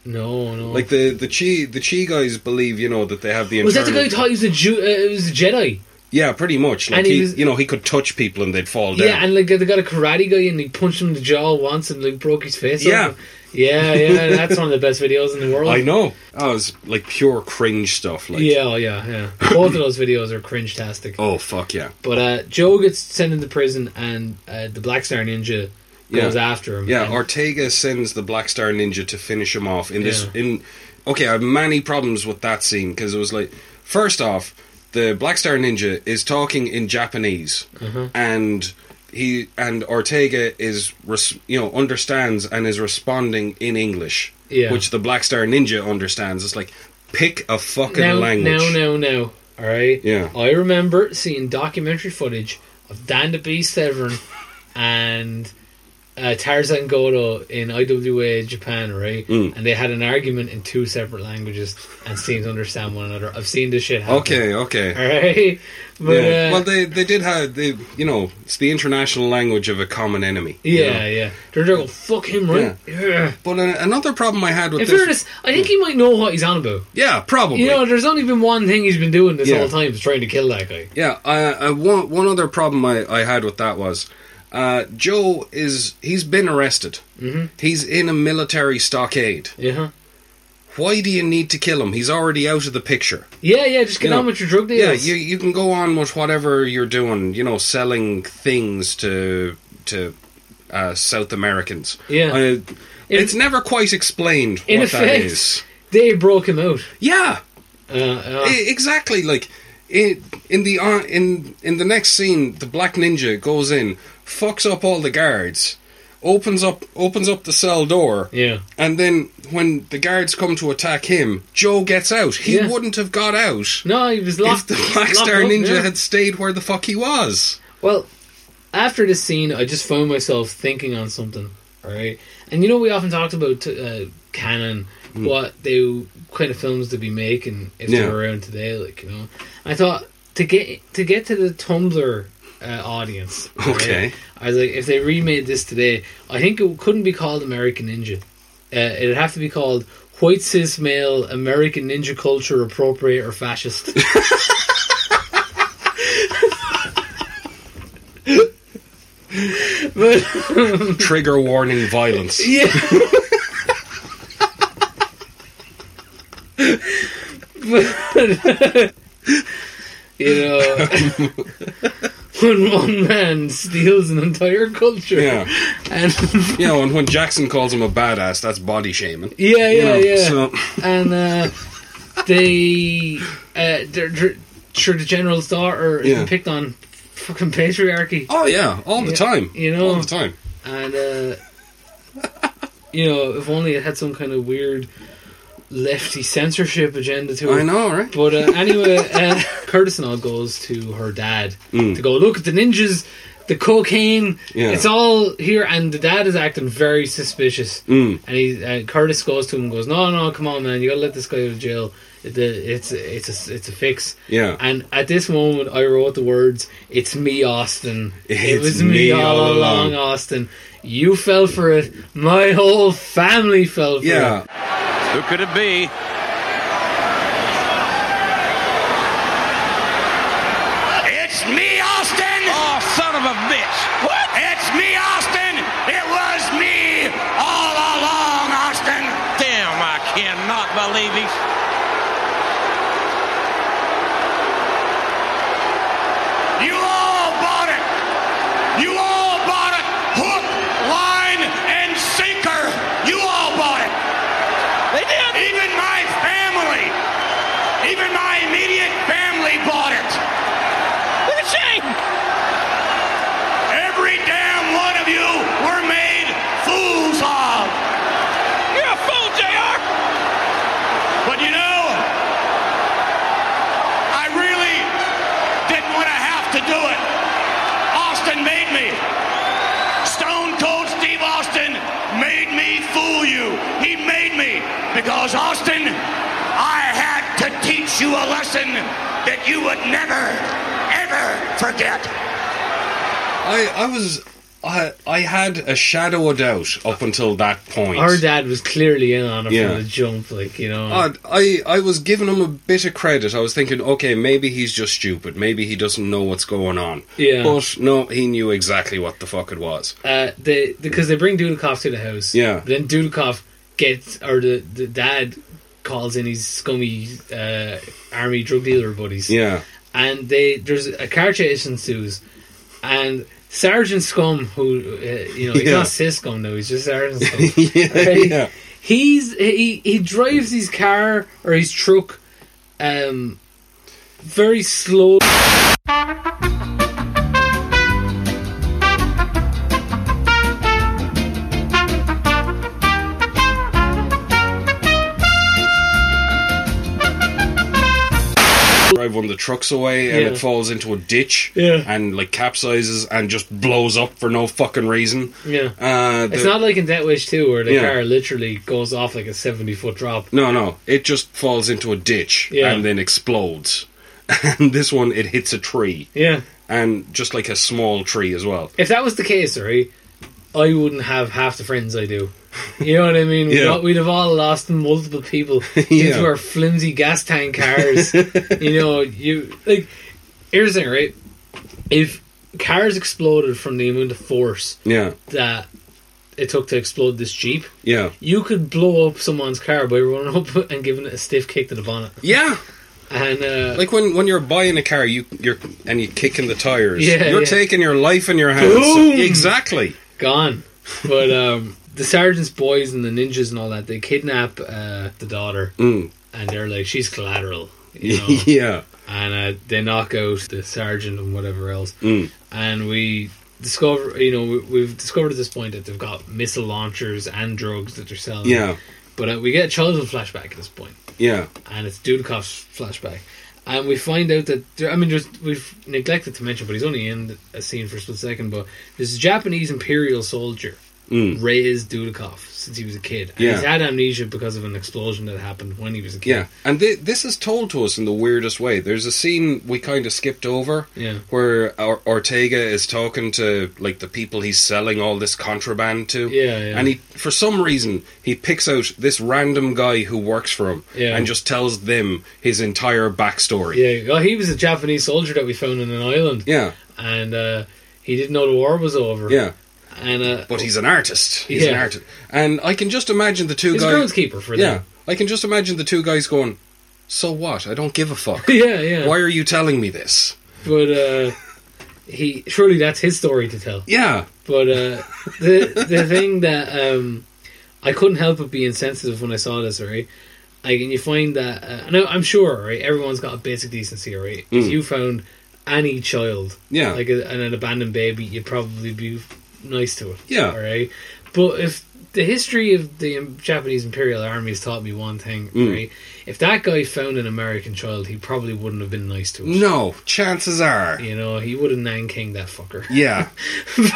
S1: No, no.
S2: Like the the chi the chi guys believe you know that they have the
S1: was
S2: internal,
S1: that the guy who thought he was a Jew? Uh, it was a Jedi.
S2: yeah pretty much like
S1: And
S2: he,
S1: he was-
S2: you know he could touch people and they'd fall down
S1: Yeah, and like they got a karate guy and he punched him in the jaw once and like broke his face.
S2: Yeah.
S1: open. yeah, yeah. That's one of the best videos in the world.
S2: I know oh, it was like pure cringe stuff like
S1: yeah, oh, yeah, yeah. Both of those videos are cringe tastic.
S2: oh fuck yeah
S1: But uh, Joe gets sent into prison and uh, the Black Star Ninja goes
S2: Yeah.
S1: after him.
S2: yeah
S1: and-
S2: Ortega sends the Black Star Ninja to finish him off in this
S1: Yeah.
S2: in okay I have many problems with that scene because it was like first off the Black Star Ninja is talking in Japanese
S1: Mm-hmm.
S2: and. He and Ortega is, res, you know, understands and is responding in English.
S1: Yeah.
S2: which the Black Star Ninja understands. It's like pick a fucking
S1: now,
S2: language.
S1: now, now, now. All right.
S2: Yeah.
S1: I remember seeing documentary footage of Dan the Beast Severn and uh, Tarzan Goto in IWA Japan, right?
S2: Hmm.
S1: And they had an argument in two separate languages and seemed to understand one another. I've seen this shit happen.
S2: Okay,
S1: All
S2: okay.
S1: right. But
S2: yeah.
S1: uh,
S2: well, they they did have they you know it's the international language of a common enemy. you
S1: yeah,
S2: know.
S1: yeah. They're just going, fuck him, right? Yeah.
S2: But uh, another problem I had with
S1: In
S2: this,
S1: fairness, I think he might know what he's on about.
S2: yeah, probably.
S1: You know, there's only been one thing he's been doing this
S2: Yeah.
S1: whole time is trying to kill that guy.
S2: Yeah, I, I one one other problem I, I had with that was uh, Joe is he's been arrested. Mm-hmm. He's in a military stockade.
S1: Yeah.
S2: Why do you need to kill him? He's already out of the picture.
S1: Yeah, yeah, just get
S2: You know,
S1: on with your drug
S2: Yeah,
S1: deals.
S2: you you can go on with whatever you're doing. You know, selling things to to uh, South Americans.
S1: Yeah.
S2: I- it's never quite explained
S1: in
S2: what that
S1: effect-
S2: is.
S1: They broke him out.
S2: Yeah,
S1: Uh, uh,
S2: e- exactly. Like in in the uh, in in the next scene, the Black Ninja goes in, fucks up all the guards, opens up opens up the cell door.
S1: yeah.
S2: And then when the guards come to attack him, Joe gets out. He
S1: Yeah.
S2: wouldn't have got out.
S1: No, he was locked.
S2: if the Black
S1: locked
S2: Star
S1: up,
S2: Ninja
S1: yeah.
S2: had stayed where the fuck he was.
S1: Well, after this scene, I just found myself thinking on something. All right, and you know we often talked about uh, canon, what they kind of films to be making if
S2: Hmm. Yeah.
S1: they were around today, like you know. I thought to get to get to the Tumblr uh, audience.
S2: Okay.
S1: right? I was like, if they remade this today, I think it couldn't be called American Ninja. Uh, it'd have to be called White Cis Male American Ninja Culture Appropriate or Fascist. but
S2: Trigger warning violence.
S1: yeah. But- you know, when one man steals an entire culture,
S2: Yeah.
S1: and
S2: You know, and when Jackson calls him a badass, that's body shaming.
S1: yeah, yeah,
S2: You know,
S1: yeah,
S2: So,
S1: and uh, they, uh, they're, they're- sure, the general's daughter is
S2: Yeah.
S1: picked on fucking patriarchy,
S2: oh yeah, all the
S1: Yeah,
S2: time.
S1: you know.
S2: all the time.
S1: and uh, you know, if only it had some kind of weird lefty censorship agenda to it.
S2: I know, right?
S1: But uh, anyway, uh, Curtis now goes to her dad
S2: Mm.
S1: to go look at the ninjas, the cocaine.
S2: Yeah.
S1: It's all here, and the dad is acting very suspicious.
S2: Mm.
S1: And he uh, Curtis goes to him and goes, "No, no, come on, man, you gotta let this guy out of jail. It- the- It's it's a it's a fix."
S2: Yeah.
S1: And at this moment, I wrote the words, "It's me, Austin. it
S2: It's
S1: was me,
S2: me
S1: all,
S2: all
S1: along,
S2: along."
S1: Austin. You fell for it. My whole family fell for it."
S2: Yeah.
S5: Who could it be?
S4: It's me, Austin!
S5: Oh, son of a bitch! What?
S4: It's me, Austin! It was me all along, Austin!
S5: Damn, I cannot believe he's.
S4: You all bought it! You all bought it! Hook, line, and sinker! You all bought it!
S5: They did.
S4: Even my family! Even my immediate family bought it!
S5: Look at Shane.
S4: Every damn one of you were made fools of!
S5: You're a fool, Jr.
S4: But you know, I really didn't want to have to do it. Austin made me. Stone Cold Steve Austin made me fool you. He made me. Because, Austin, I had to teach you a lesson that you would never, ever forget.
S2: I I was I I had a shadow of doubt up until that point.
S1: Her dad was clearly in on it
S2: Yeah. Oh,
S1: from the jump, like you know.
S2: God, I, I was giving him a bit of credit. I was thinking, okay, maybe he's just stupid. Maybe he doesn't know what's going on.
S1: Yeah.
S2: But no, he knew exactly what the fuck it was.
S1: uh, they because they bring Dudikoff to the house.
S2: Yeah.
S1: Then Dudikoff gets or the, the dad calls in his scummy uh, army drug dealer buddies.
S2: Yeah.
S1: And they there's a car chase ensues, and Sergeant Scum, who uh, you know he's
S2: Yeah.
S1: not Sis Scum though, he's just Sergeant Scum.
S2: yeah.
S1: Right?
S2: yeah.
S1: He's he he drives his car or his truck, um, very slow.
S2: Drive one of the trucks away and
S1: Yeah.
S2: it falls into a ditch.
S1: Yeah.
S2: And like capsizes and just blows up for no fucking reason.
S1: Yeah.
S2: Uh,
S1: It's
S2: the-
S1: not like in Death Wish 2 where the
S2: Yeah.
S1: car literally goes off like a 70 foot drop.
S2: No, no. It just falls into a ditch
S1: Yeah.
S2: and then explodes. And this one, it hits a tree.
S1: Yeah.
S2: And just like a small tree as well.
S1: If that was the case, right, I wouldn't have half the friends I do. You know what I mean? We'd
S2: Yeah.
S1: all- We'd have all lost multiple people due
S2: Yeah.
S1: to our flimsy gas tank cars. you know, you like here's the thing, right? If cars exploded from the amount of force
S2: Yeah.
S1: that it took to explode this jeep,
S2: Yeah.
S1: you could blow up someone's car by running up and giving it a stiff kick to the bonnet.
S2: Yeah.
S1: And uh,
S2: Like when, when you're buying a car, you you're and you're kicking the tires.
S1: Yeah,
S2: you're
S1: yeah.
S2: taking your life in your hands.
S1: Boom!
S2: Exactly.
S1: gone. But um, the sergeant's boys and the ninjas and all that, they kidnap uh, the daughter,
S2: Mm.
S1: and they're like, she's collateral, you know.
S2: yeah.
S1: and uh, they knock out the sergeant and whatever else.
S2: Mm.
S1: And we discover, you know, we, we've discovered at this point that they've got missile launchers and drugs that they're selling.
S2: Yeah.
S1: But uh, we get a childhood flashback at this point,
S2: Yeah.
S1: and it's Dudikoff's flashback. And we find out that there, I mean, there's, we've neglected to mention, but he's only in a scene for a split second. But there's a Japanese imperial soldier raised Dudikoff since he was a kid. And
S2: Mm. Yeah.
S1: He's had amnesia because of an explosion that happened when he was a kid.
S2: Yeah, and thi- this is told to us in the weirdest way. There's a scene we kind of skipped over,
S1: Yeah.
S2: where or- Ortega is talking to like the people he's selling all this contraband to,
S1: Yeah, yeah.
S2: and he for some reason he picks out this random guy who works for him,
S1: Yeah.
S2: and just tells them his entire backstory.
S1: Yeah. Well, he was a Japanese soldier that we found on an island.
S2: yeah,
S1: And uh, he didn't know the war was over.
S2: yeah.
S1: And uh,
S2: But he's an artist. He's an
S1: Yeah.
S2: artist, and I can just imagine the two
S1: he's a
S2: guys.
S1: groundskeeper for
S2: Yeah,
S1: them.
S2: I can just imagine the two guys going, "So what? I don't give a fuck.
S1: Yeah, yeah.
S2: Why are you telling me this?"
S1: But uh, he surely that's his story to tell.
S2: Yeah.
S1: But uh, the the thing that um, I couldn't help but be insensitive when I saw this, right? Like, and you find that, uh, and I- I'm sure, right? Everyone's got a basic decency, right? If you found any child,
S2: Mm. Yeah.
S1: like a, an, an abandoned baby, you'd probably be nice to it,
S2: Yeah.
S1: all right. But if the history of the um, Japanese Imperial Army has taught me one thing,
S2: Mm.
S1: right? If that guy found an American child, he probably wouldn't have been nice to it.
S2: No, chances are.
S1: You know, he would have nanking that fucker.
S2: Yeah.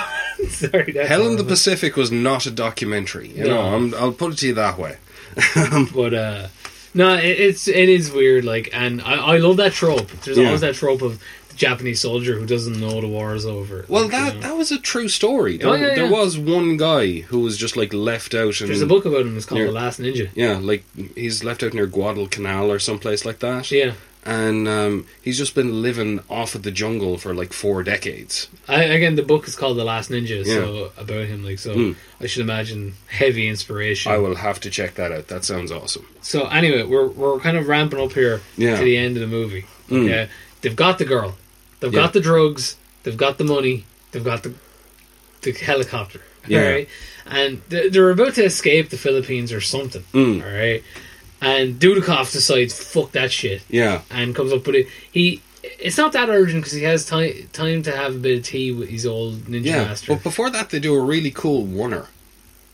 S1: Sorry, that's
S2: Hell in the
S1: horrible.
S2: Pacific was not a documentary. You
S1: No.
S2: know, I'm, I'll put it to you that way.
S1: but uh no it, it's it is weird like and I, I love that trope there's
S2: Yeah.
S1: always that trope of the japanese soldier who doesn't know the war is over
S2: Well,
S1: Like,
S2: that
S1: you know.
S2: that was a true story. There,
S1: Oh, yeah,
S2: there
S1: yeah.
S2: was one guy who was just like left out and
S1: there's a book about him it's called
S2: Yeah.
S1: the last ninja
S2: yeah, like he's left out near Guadalcanal or someplace like that.
S1: yeah
S2: and um, he's just been living off of the jungle for like four decades.
S1: I, again the book is called the last ninja so about him like so
S2: Hmm.
S1: i should imagine heavy inspiration
S2: I will have to check that out. That sounds awesome.
S1: so anyway we're, we're kind of ramping up here
S2: Yeah. Mm.
S1: to the end of the movie yeah they've got the girl they've
S2: Yeah.
S1: got the drugs they've got the money they've got the the helicopter
S2: Yeah.
S1: all right and they're, they're about to escape the philippines or something
S2: Mm.
S1: all right and dudikoff decides fuck that shit
S2: Yeah,
S1: and comes up with it he it's not that urgent because he has time time to have a bit of tea with his old ninja
S2: yeah.
S1: master
S2: But before that, they do a really cool oneer.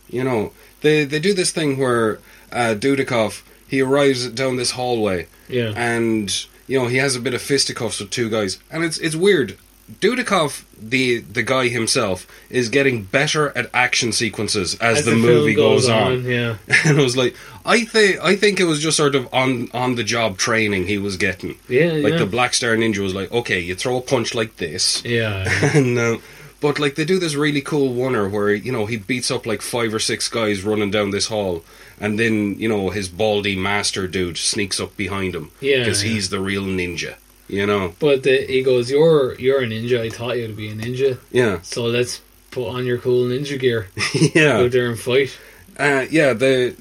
S2: You know, they they do this thing where uh, Dudikoff he arrives down this hallway
S1: yeah
S2: and you know he has a bit of fisticuffs with two guys, and it's it's weird. Dudikoff, the the guy himself, is getting better at action sequences as, the,
S1: film
S2: movie goes, on.
S1: yeah
S2: And I was like, I think I think it was just sort of on on the job training he was getting.
S1: Yeah,
S2: like
S1: yeah.
S2: the Black Star Ninja was like, okay, you throw a punch like this,
S1: yeah
S2: and uh, but like they do this really cool oneer where you know he beats up like five or six guys running down this hall, and then you know his baldy master dude sneaks up behind him,
S1: Yeah,
S2: because
S1: yeah.
S2: he's the real ninja, you know,
S1: But the, he goes, "You're you're a ninja. I taught you to be a ninja.
S2: yeah,
S1: So let's put on your cool ninja gear, go
S2: yeah,
S1: there and fight."
S2: uh, yeah. They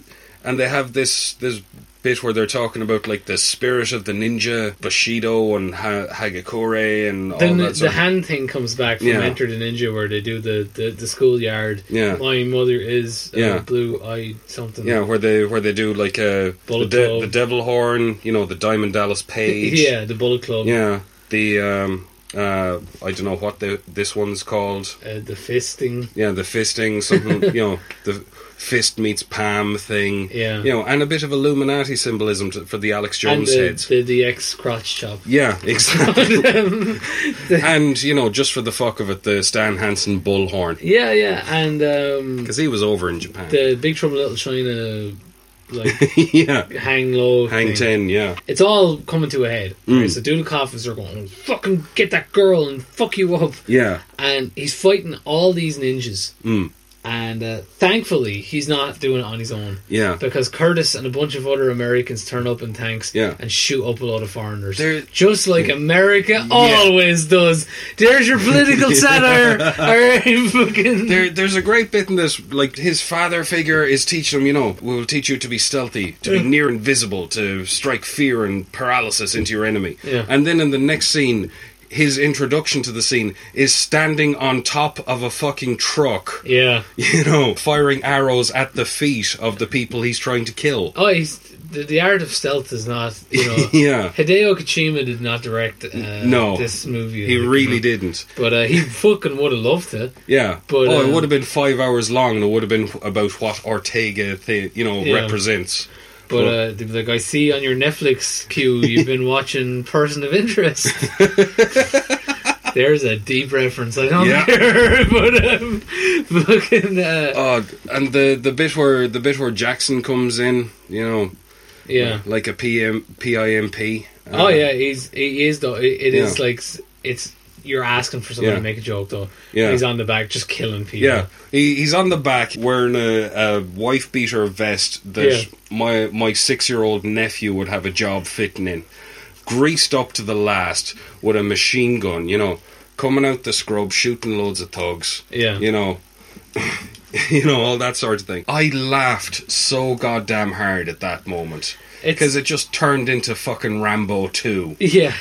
S2: and they have this this bit where they're talking about like the spirit of the ninja Bushido and ha- Hagakure and all
S1: Then the,
S2: that.
S1: the
S2: Sort of,
S1: hand thing comes back from
S2: Oh, Yeah.
S1: Enter the Ninja, where they do the the, the schoolyard.
S2: Yeah.
S1: my mother is uh,
S2: Yeah.
S1: blue eyed something.
S2: yeah, where they where they do like uh, the,
S1: Bullet
S2: de-
S1: Club.
S2: the devil horn, you know, the Diamond Dallas Page,
S1: yeah, the Bullet Club,
S2: Yeah, the um, uh, I don't know what the, this one's called.
S1: uh, the fisting.
S2: Yeah, the fisting, something you know, the fist meets palm thing.
S1: Yeah.
S2: you know, and a bit of Illuminati symbolism to, for the Alex
S1: And uh,
S2: Jones
S1: the,
S2: heads.
S1: the, the ex crotch chop.
S2: yeah, exactly. and you know, just for the fuck of it, the Stan Hansen bullhorn
S1: Yeah, yeah. And um,
S2: because he was over in Japan.
S1: the Big Trouble in Little China, like,
S2: yeah,
S1: hang low.
S2: Hang
S1: thing.
S2: Mm. Ten. Yeah,
S1: it's all coming to a head. Right? So Dudikoff is there going, fucking get that girl and fuck you up.
S2: yeah,
S1: And he's fighting all these ninjas.
S2: Mm.
S1: And uh, thankfully, he's not doing it on his own.
S2: yeah.
S1: Because Curtis and a bunch of other Americans turn up in tanks
S2: Yeah.
S1: and shoot up a lot of foreigners.
S2: They're-
S1: Just like America always does. There's your political satire. All right, fucking.
S2: There, there's a great bit in this. Like his father figure is teaching him, you know, we will teach you to be stealthy, to be near invisible, to strike fear and paralysis into your enemy.
S1: Yeah.
S2: And then in the next scene, his introduction to the scene is standing on top of a fucking truck,
S1: yeah.
S2: you know, firing arrows at the feet of the people he's trying to kill.
S1: Oh, he's, the, the art of stealth is not, you know.
S2: yeah.
S1: Hideo Kojima did not direct uh,
S2: No.
S1: this movie.
S2: He really didn't.
S1: But uh, he fucking would have loved it.
S2: Yeah.
S1: But,
S2: oh, it
S1: um,
S2: would have been five hours long and it would have been about what Ortega, th- you know,
S1: Yeah.
S2: represents.
S1: But uh, they'd be like, I see on your Netflix queue you've been watching Person of Interest. There's a deep reference. I don't
S2: Yeah.
S1: care, but um, fucking uh,
S2: Oh, and the the bit where the bit where Jackson comes in, you know,
S1: yeah.
S2: like a PM, PIMP. uh,
S1: Oh yeah, he's he is though. It, it is
S2: Yeah.
S1: like s- it's you're asking for someone
S2: Yeah.
S1: to make a joke though.
S2: Yeah.
S1: he's on the back just killing people.
S2: Yeah, he, he's on the back wearing a, a wife beater vest that my my six year old nephew would have a job fitting in, greased up to the last with a machine gun. You know, coming out the scrub, shooting loads of thugs.
S1: Yeah.
S2: you know. You know all that sort of thing. I laughed so goddamn hard at that moment
S1: It's-
S2: because it just turned into fucking Rambo two.
S1: Yeah.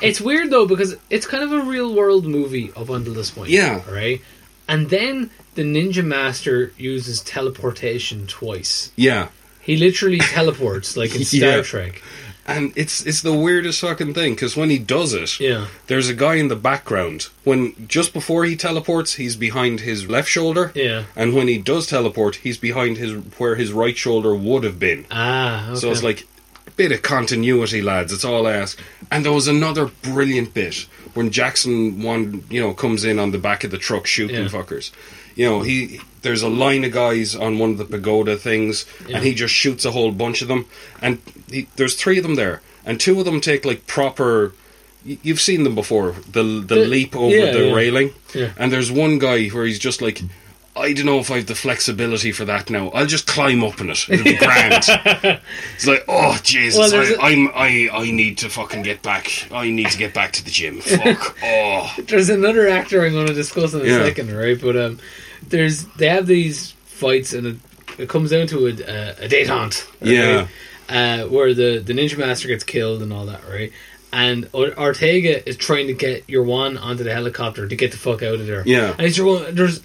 S1: it's weird though because it's kind of a real world movie up until this point.
S2: Yeah.
S1: Right? And then the Ninja Master uses teleportation twice.
S2: Yeah,
S1: He literally teleports like in Star
S2: Yeah.
S1: Trek.
S2: and it's it's the weirdest fucking thing because when he does it,
S1: Yeah.
S2: There's a guy in the background. When just before he teleports, he's behind his left shoulder.
S1: Yeah.
S2: And when he does teleport, he's behind his where his right shoulder would have been.
S1: Ah, okay.
S2: So it's like bit of continuity, lads. It's all I ask. And there was another brilliant bit when Jackson one you know comes in on the back of the truck shooting
S1: Yeah.
S2: fuckers. You know he there's a line of guys on one of the pagoda things,
S1: Yeah.
S2: and he just shoots a whole bunch of them. And he, there's three of them there, and two of them take like proper. y- You've seen them before. The the,
S1: The-
S2: leap over
S1: Uh, yeah,
S2: the
S1: yeah.
S2: railing,
S1: Yeah.
S2: and there's one guy where he's just like. I don't know if I have the flexibility for that now. I'll just climb up in it. It'll be grand. It's like, oh Jesus,
S1: Well, there's a-
S2: I, I'm, I, I need to fucking get back. I need to get back to the gym. Fuck. Oh,
S1: there's another actor I'm going to discuss in a
S2: Yeah.
S1: second, right? But um, there's they have these fights, and it, it comes down to a, a, a detente, right?
S2: Yeah.
S1: uh, where the the ninja master gets killed and all that, right? And Or- Ortega is trying to get your one onto the helicopter to get the fuck out of there.
S2: Yeah.
S1: and it's your one. There's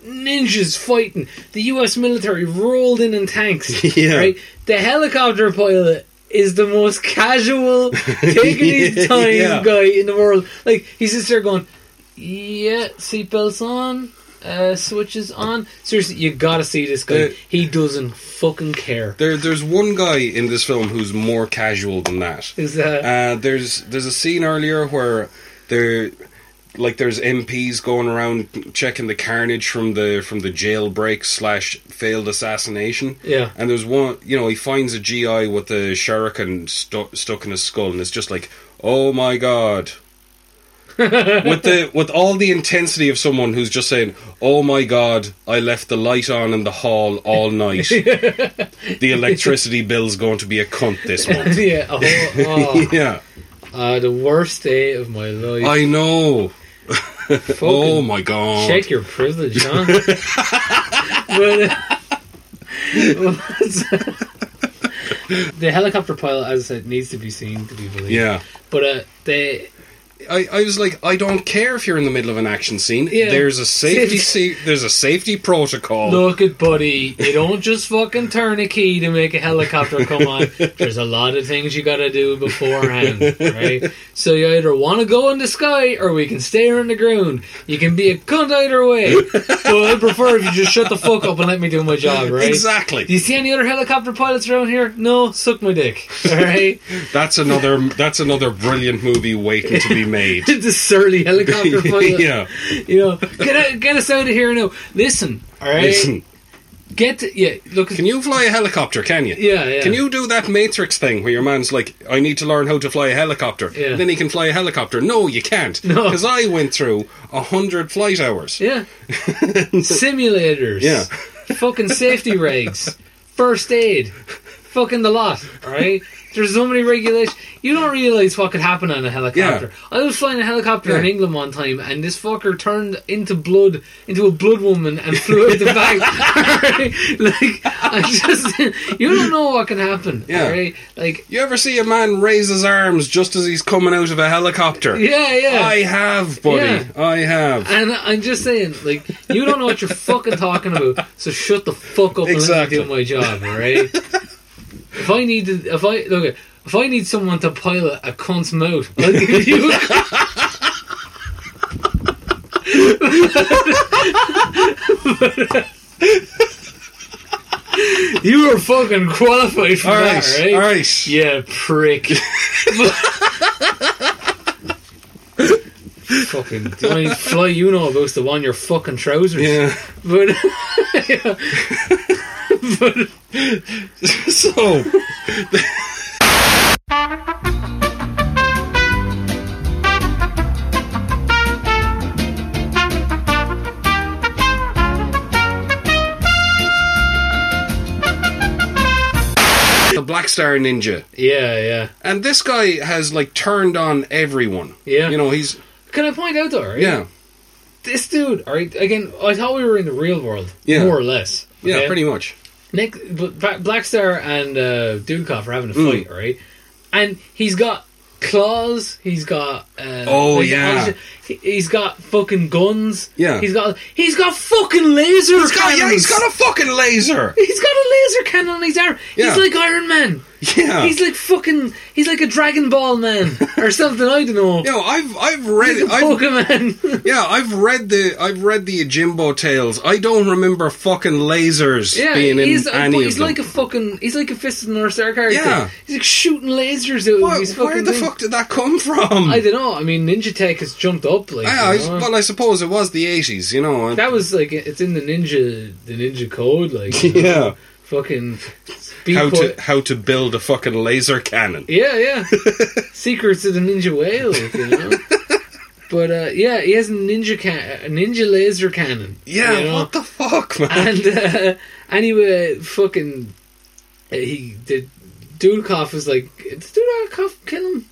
S1: ninjas fighting. The U.S. military rolled in in tanks.
S2: Yeah.
S1: right. The helicopter pilot. Is the most casual, taking his time
S2: Yeah.
S1: guy in the world. Like he sits there going, yeah, seatbelts on. Uh, switches on. Seriously, you gotta see this guy.
S2: Uh,
S1: he doesn't fucking care.
S2: there, there's one guy in this film who's more casual than that.
S1: Is that
S2: Uh, there's, there's a scene earlier where there, like, there's MPs going around checking the carnage from the from the jailbreak slash failed assassination.
S1: yeah?
S2: And there's one, you know, he finds a GI with a shuriken stu- stuck in his skull, and it's just like, oh my god. with the with all the intensity of someone who's just saying, "Oh my god, I left the light on in the hall all night. the electricity bill's going to be a cunt this month."
S1: yeah. Oh, oh.
S2: Yeah,
S1: Uh, the worst day of my life.
S2: I know.
S1: Fucking
S2: Oh my god.
S1: check your privilege, huh? but, uh, the helicopter pilot, as I said, needs to be seen to be believed.
S2: Yeah.
S1: But uh, they
S2: I, I was like, I don't care if you're in the middle of an action scene.
S1: Yeah.
S2: There's a safety
S1: Safety-
S2: se- there's a safety protocol.
S1: Look at buddy, you don't just fucking turn a key to make a helicopter come on. There's a lot of things you gotta do beforehand, right? So you either wanna go in the sky or we can stay on the ground. You can be a cunt either way. But I prefer if you just shut the fuck up and let me do my job, right?
S2: Exactly.
S1: Do you see any other helicopter pilots around here? No, suck my dick. Alright?
S2: That's another. That's another brilliant movie waiting to be made.
S1: the surly helicopter pilot.
S2: yeah,
S1: You know, get, out, get us out of here now. Listen, alright?
S2: listen.
S1: Get to, yeah, look
S2: Can you fly a helicopter? Can you?
S1: Yeah, yeah.
S2: Can you do that Matrix thing where your man's like, "I need to learn how to fly a helicopter."
S1: Yeah.
S2: Then he can fly a helicopter. No, you can't.
S1: No.
S2: Because I went through a hundred flight hours.
S1: Yeah. Simulators.
S2: Yeah.
S1: Fucking safety regs. First aid. Fucking the lot. Alright? There's so many regulations. You don't realize what could happen on a helicopter. I was flying a helicopter in
S2: Yeah.
S1: England one time and this fucker turned into blood, into a blood woman and flew out the back. Alright? Like, I just, you don't know what can happen.
S2: Yeah.
S1: Alright? Like,
S2: You ever see a man raise his arms just as he's coming out of a helicopter?
S1: yeah, yeah.
S2: I have, buddy.
S1: Yeah.
S2: I have.
S1: And I'm just saying, like, you don't know what you're fucking talking about, so shut the fuck up
S2: Exactly.
S1: and let me do my job, alright? if I need to, if I, look, if I need someone to pilot a cunt's mouth, I'll give you You are fucking qualified for
S2: All right,
S1: that,
S2: all
S1: right?
S2: right.
S1: Yeah, prick. fucking the only fly you know about's the one your fucking trousers.
S2: Yeah.
S1: But
S2: so the Black Star Ninja.
S1: yeah, yeah.
S2: And this guy has like turned on everyone.
S1: Yeah.
S2: You know, he's
S1: Can I point out though? Right?
S2: yeah.
S1: This dude, all right. Again, I thought we were in the real world,
S2: Yeah.
S1: more or less.
S2: Yeah,
S1: okay?
S2: pretty much.
S1: Nick Bl- Bla- Blackstar and uh, Dudikoff are having a fight,
S2: Mm.
S1: right? And he's got claws. He's got uh,
S2: Oh,
S1: he's-
S2: yeah.
S1: he- he's got fucking guns.
S2: Yeah.
S1: he's got he's got fucking laser
S2: He's got, yeah, he's got a fucking laser.
S1: he's got a laser cannon on his arm.
S2: Yeah.
S1: He's like Iron Man.
S2: Yeah.
S1: He's like fucking. He's like a Dragon Ball man or something. I don't know.
S2: you know, I've I've read I've
S1: Pokemon.
S2: Yeah, I've read the I've read the Jimbo tales. I don't remember fucking lasers
S1: yeah,
S2: being in
S1: he's, uh,
S2: any
S1: but
S2: of
S1: he's
S2: them.
S1: like a fucking. He's like a Fist of the North Star character.
S2: Yeah.
S1: he's like shooting lasers out
S2: Wha-
S1: of his fucking.
S2: where the
S1: thing.
S2: fuck did that come from?
S1: I don't know. I mean, Ninja Tech has jumped up. Like,
S2: yeah, I,
S1: you know?
S2: well, I suppose it was the eighties. You know, and-
S1: that was like it's in the ninja, the ninja code. Like, you know,
S2: yeah.
S1: fucking speed
S2: How
S1: put-
S2: to how to build a fucking laser cannon?
S1: Yeah, yeah. Secrets of the ninja way. Like, you know. But uh, yeah, he has a ninja can- a ninja laser cannon.
S2: Yeah,
S1: you know?
S2: what the fuck, man?
S1: and uh, anyway, fucking uh, he did. Dudikoff was like, did Dudikoff kill him?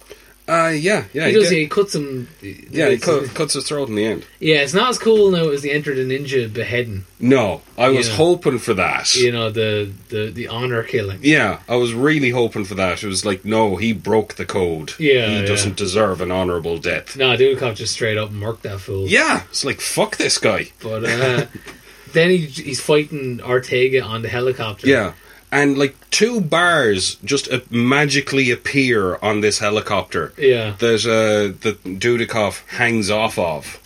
S2: uh, yeah, yeah,
S1: He
S2: he
S1: does.
S2: did.
S1: He cuts him. he-
S2: yeah, he
S1: like,
S2: cut, cuts his throat in the end.
S1: yeah, it's not as cool now as the Enter the Ninja beheading.
S2: No, I was
S1: Yeah.
S2: hoping for that.
S1: you know the the the honor killing.
S2: Yeah, I was really hoping for that. It was like, no, he broke the code.
S1: Yeah,
S2: he
S1: yeah.
S2: doesn't deserve an honorable death.
S1: No, Dudikoff just straight up murked that fool.
S2: Yeah, it's like fuck this guy.
S1: But uh, then he he's fighting Ortega on the helicopter.
S2: Yeah. And like two bars just uh, magically appear on this helicopter
S1: yeah,
S2: that uh, that Dudikoff hangs off of,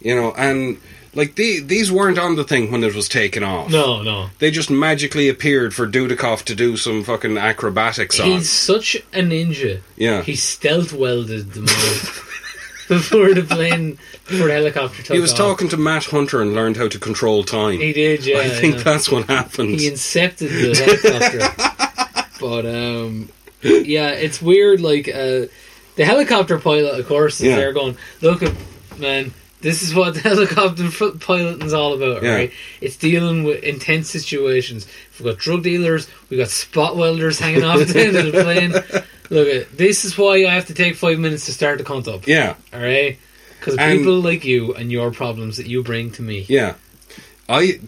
S2: you know, and like the, these weren't on the thing when it was taken off.
S1: no, no.
S2: they just magically appeared for Dudikoff to do some fucking acrobatics on.
S1: He's such a ninja.
S2: Yeah.
S1: he stealth welded them all before the plane before the helicopter took
S2: He was
S1: off.
S2: talking to Matt Hunter and learned how to control time.
S1: He did, yeah.
S2: I think
S1: yeah.
S2: that's what happens.
S1: he incepted the helicopter. but um, yeah, it's weird. Like uh, the helicopter pilot, of course, is
S2: Yeah.
S1: there going, "Look, man, this is what the helicopter f- piloting's all about,
S2: Yeah.
S1: right? It's dealing with intense situations. We've got drug dealers, we've got spot welders hanging off the end of the plane. Look, uh, this is why I have to take five minutes to start the count up,
S2: yeah.
S1: all right? Because
S2: And-
S1: people like you and your problems that you bring to me.
S2: Yeah. I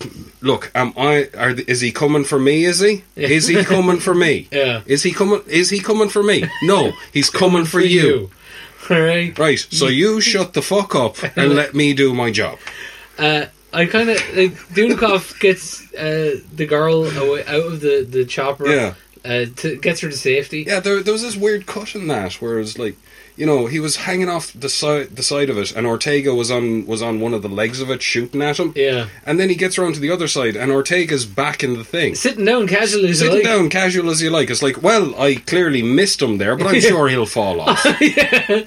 S2: look. Am I? Are, is he coming for me? Is he? Is he coming for me?
S1: Yeah.
S2: Is he coming? Is he coming for me? No, he's coming for you.
S1: All right.
S2: Right. So you shut the fuck up and let me do my job.
S1: Uh, I kind of like Dudikoff gets uh, the girl away, out of the the chopper.
S2: Yeah.
S1: Uh, to, gets her to safety.
S2: Yeah. There, there was this weird cut in that where it was like, you know, he was hanging off the side the side of it, and Ortega was on was on one of the legs of it shooting at him.
S1: Yeah.
S2: And then he gets around to the other side, and Ortega's back in the thing.
S1: Sitting down casually. is
S2: Sitting
S1: like,
S2: down, casual as you like. It's like, well, I clearly missed him there, but I'm sure he'll fall off.
S1: I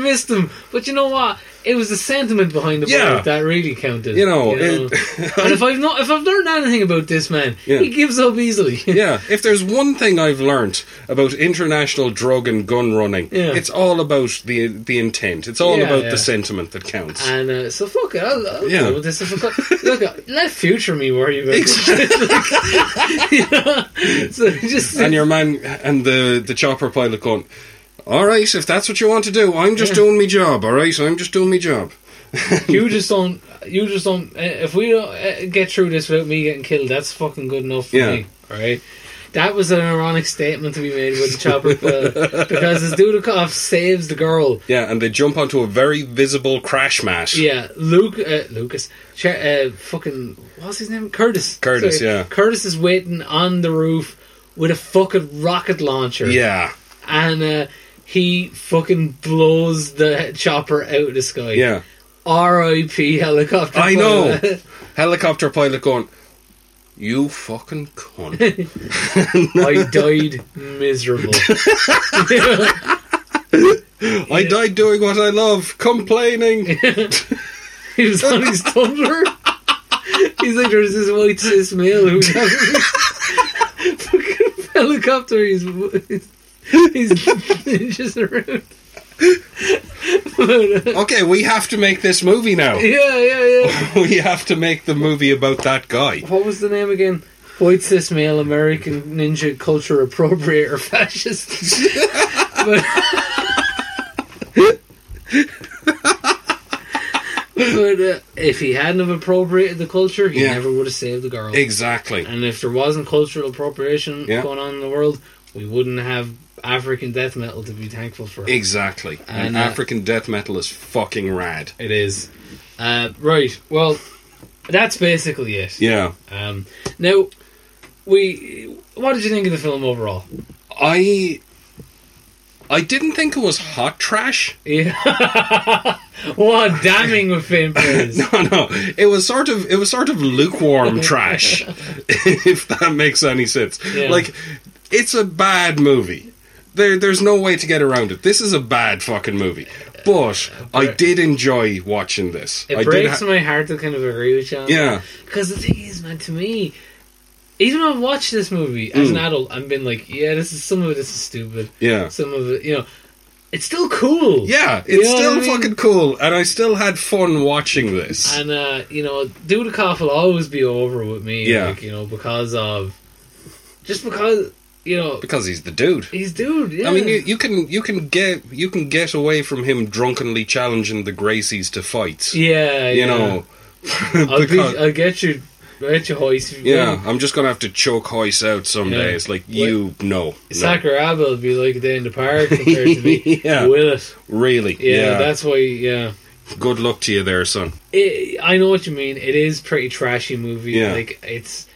S1: missed him, but you know what? It was the sentiment behind the
S2: Yeah.
S1: bullet that really counted.
S2: You know,
S1: and if I've not, if I've learned anything about this man,
S2: Yeah.
S1: he gives up easily.
S2: yeah, if there's one thing I've learnt about international drug and gun running,
S1: Yeah.
S2: it's all about the the intent. It's all
S1: Yeah,
S2: about
S1: yeah.
S2: the sentiment that counts.
S1: And uh, so fuck it, I'll, I'll
S2: Yeah.
S1: deal with this. If I got- look, uh, let future me worry about this. you know? So just
S2: and your man and the the chopper pilot going, "All right, if that's what you want to do, I'm just doing me job. All right, I'm just doing me job."
S1: You just don't. You just don't. uh, If we don't uh, get through this without me getting killed, that's fucking good enough for
S2: Yeah.
S1: me. All right. That was an ironic statement to be made with the chopper pilot because as Dudikoff saves the girl,
S2: Yeah, and they jump onto a very visible crash mat.
S1: yeah, Luke, uh, Lucas, Ch- uh, fucking what's his name, Curtis,
S2: Curtis, yeah.
S1: Curtis is waiting on the roof with a fucking rocket launcher,
S2: Yeah,
S1: and uh, he fucking blows the chopper out of the sky,
S2: yeah.
S1: R.I.P. helicopter.
S2: I know.
S1: pilot.
S2: Helicopter pilot going, "You fucking cunt."
S1: I died miserable.
S2: I died doing what I love, complaining.
S1: He was on his Tumblr. He's like, there's this white cis male who fucking helicopter. He's he's, he's just around. But, uh,
S2: okay, we have to make this movie now.
S1: yeah, yeah, yeah.
S2: We have to make the movie about that guy.
S1: What was the name again? White cis male American ninja culture appropriator fascist. but, but uh, if he hadn't have appropriated the culture, he
S2: Yeah.
S1: never would have saved the girl.
S2: Exactly.
S1: And if there wasn't cultural appropriation
S2: Yeah.
S1: going on in the world, we wouldn't have African death metal to be thankful for.
S2: Exactly. And,
S1: And, uh,
S2: African death metal is fucking rad.
S1: It is. Uh, right. Well, that's basically it.
S2: Yeah.
S1: Um, now, we. What did you think of the film overall?
S2: I I didn't think it was hot trash.
S1: Yeah. what damning with film praise.
S2: No, no. It was sort of it was sort of lukewarm trash. if that makes any sense.
S1: Yeah.
S2: Like it's a bad movie. There there's no way to get around it. This is a bad fucking movie. But I did enjoy watching this.
S1: It
S2: I did
S1: breaks
S2: ha-
S1: my heart to kind of agree with you. on
S2: Yeah.
S1: Because the thing is, man, to me, even though I've watched this movie as an adult, I've been like, yeah, this is some of this is stupid.
S2: Mm. Yeah.
S1: Some of it, you know, it's still cool.
S2: Yeah,
S1: You
S2: it's
S1: know
S2: still
S1: what I mean?
S2: fucking cool and I still had fun watching this.
S1: And uh, you know, Dudikoff will always be over with me.
S2: Yeah.
S1: Like, you know, because of just because you know
S2: because he's the dude.
S1: he's dude. Yeah.
S2: I mean, you, you can you can get you can get away from him drunkenly challenging the Gracies to fights.
S1: yeah,
S2: you
S1: yeah.
S2: know,
S1: I'll, be,
S2: because-
S1: I'll get you, I'll get you hoist. if you
S2: yeah, I'm just gonna have to choke Hoyce out someday.
S1: Yeah.
S2: It's like you no, no.
S1: win. Sakuraba will be like a day in the park compared to me.
S2: Yeah.
S1: Will it?
S2: really.
S1: Yeah,
S2: Yeah,
S1: that's why. Yeah,
S2: good luck to you there, son.
S1: it, I know what you mean. It is pretty trashy movie.
S2: Yeah.
S1: Like it's,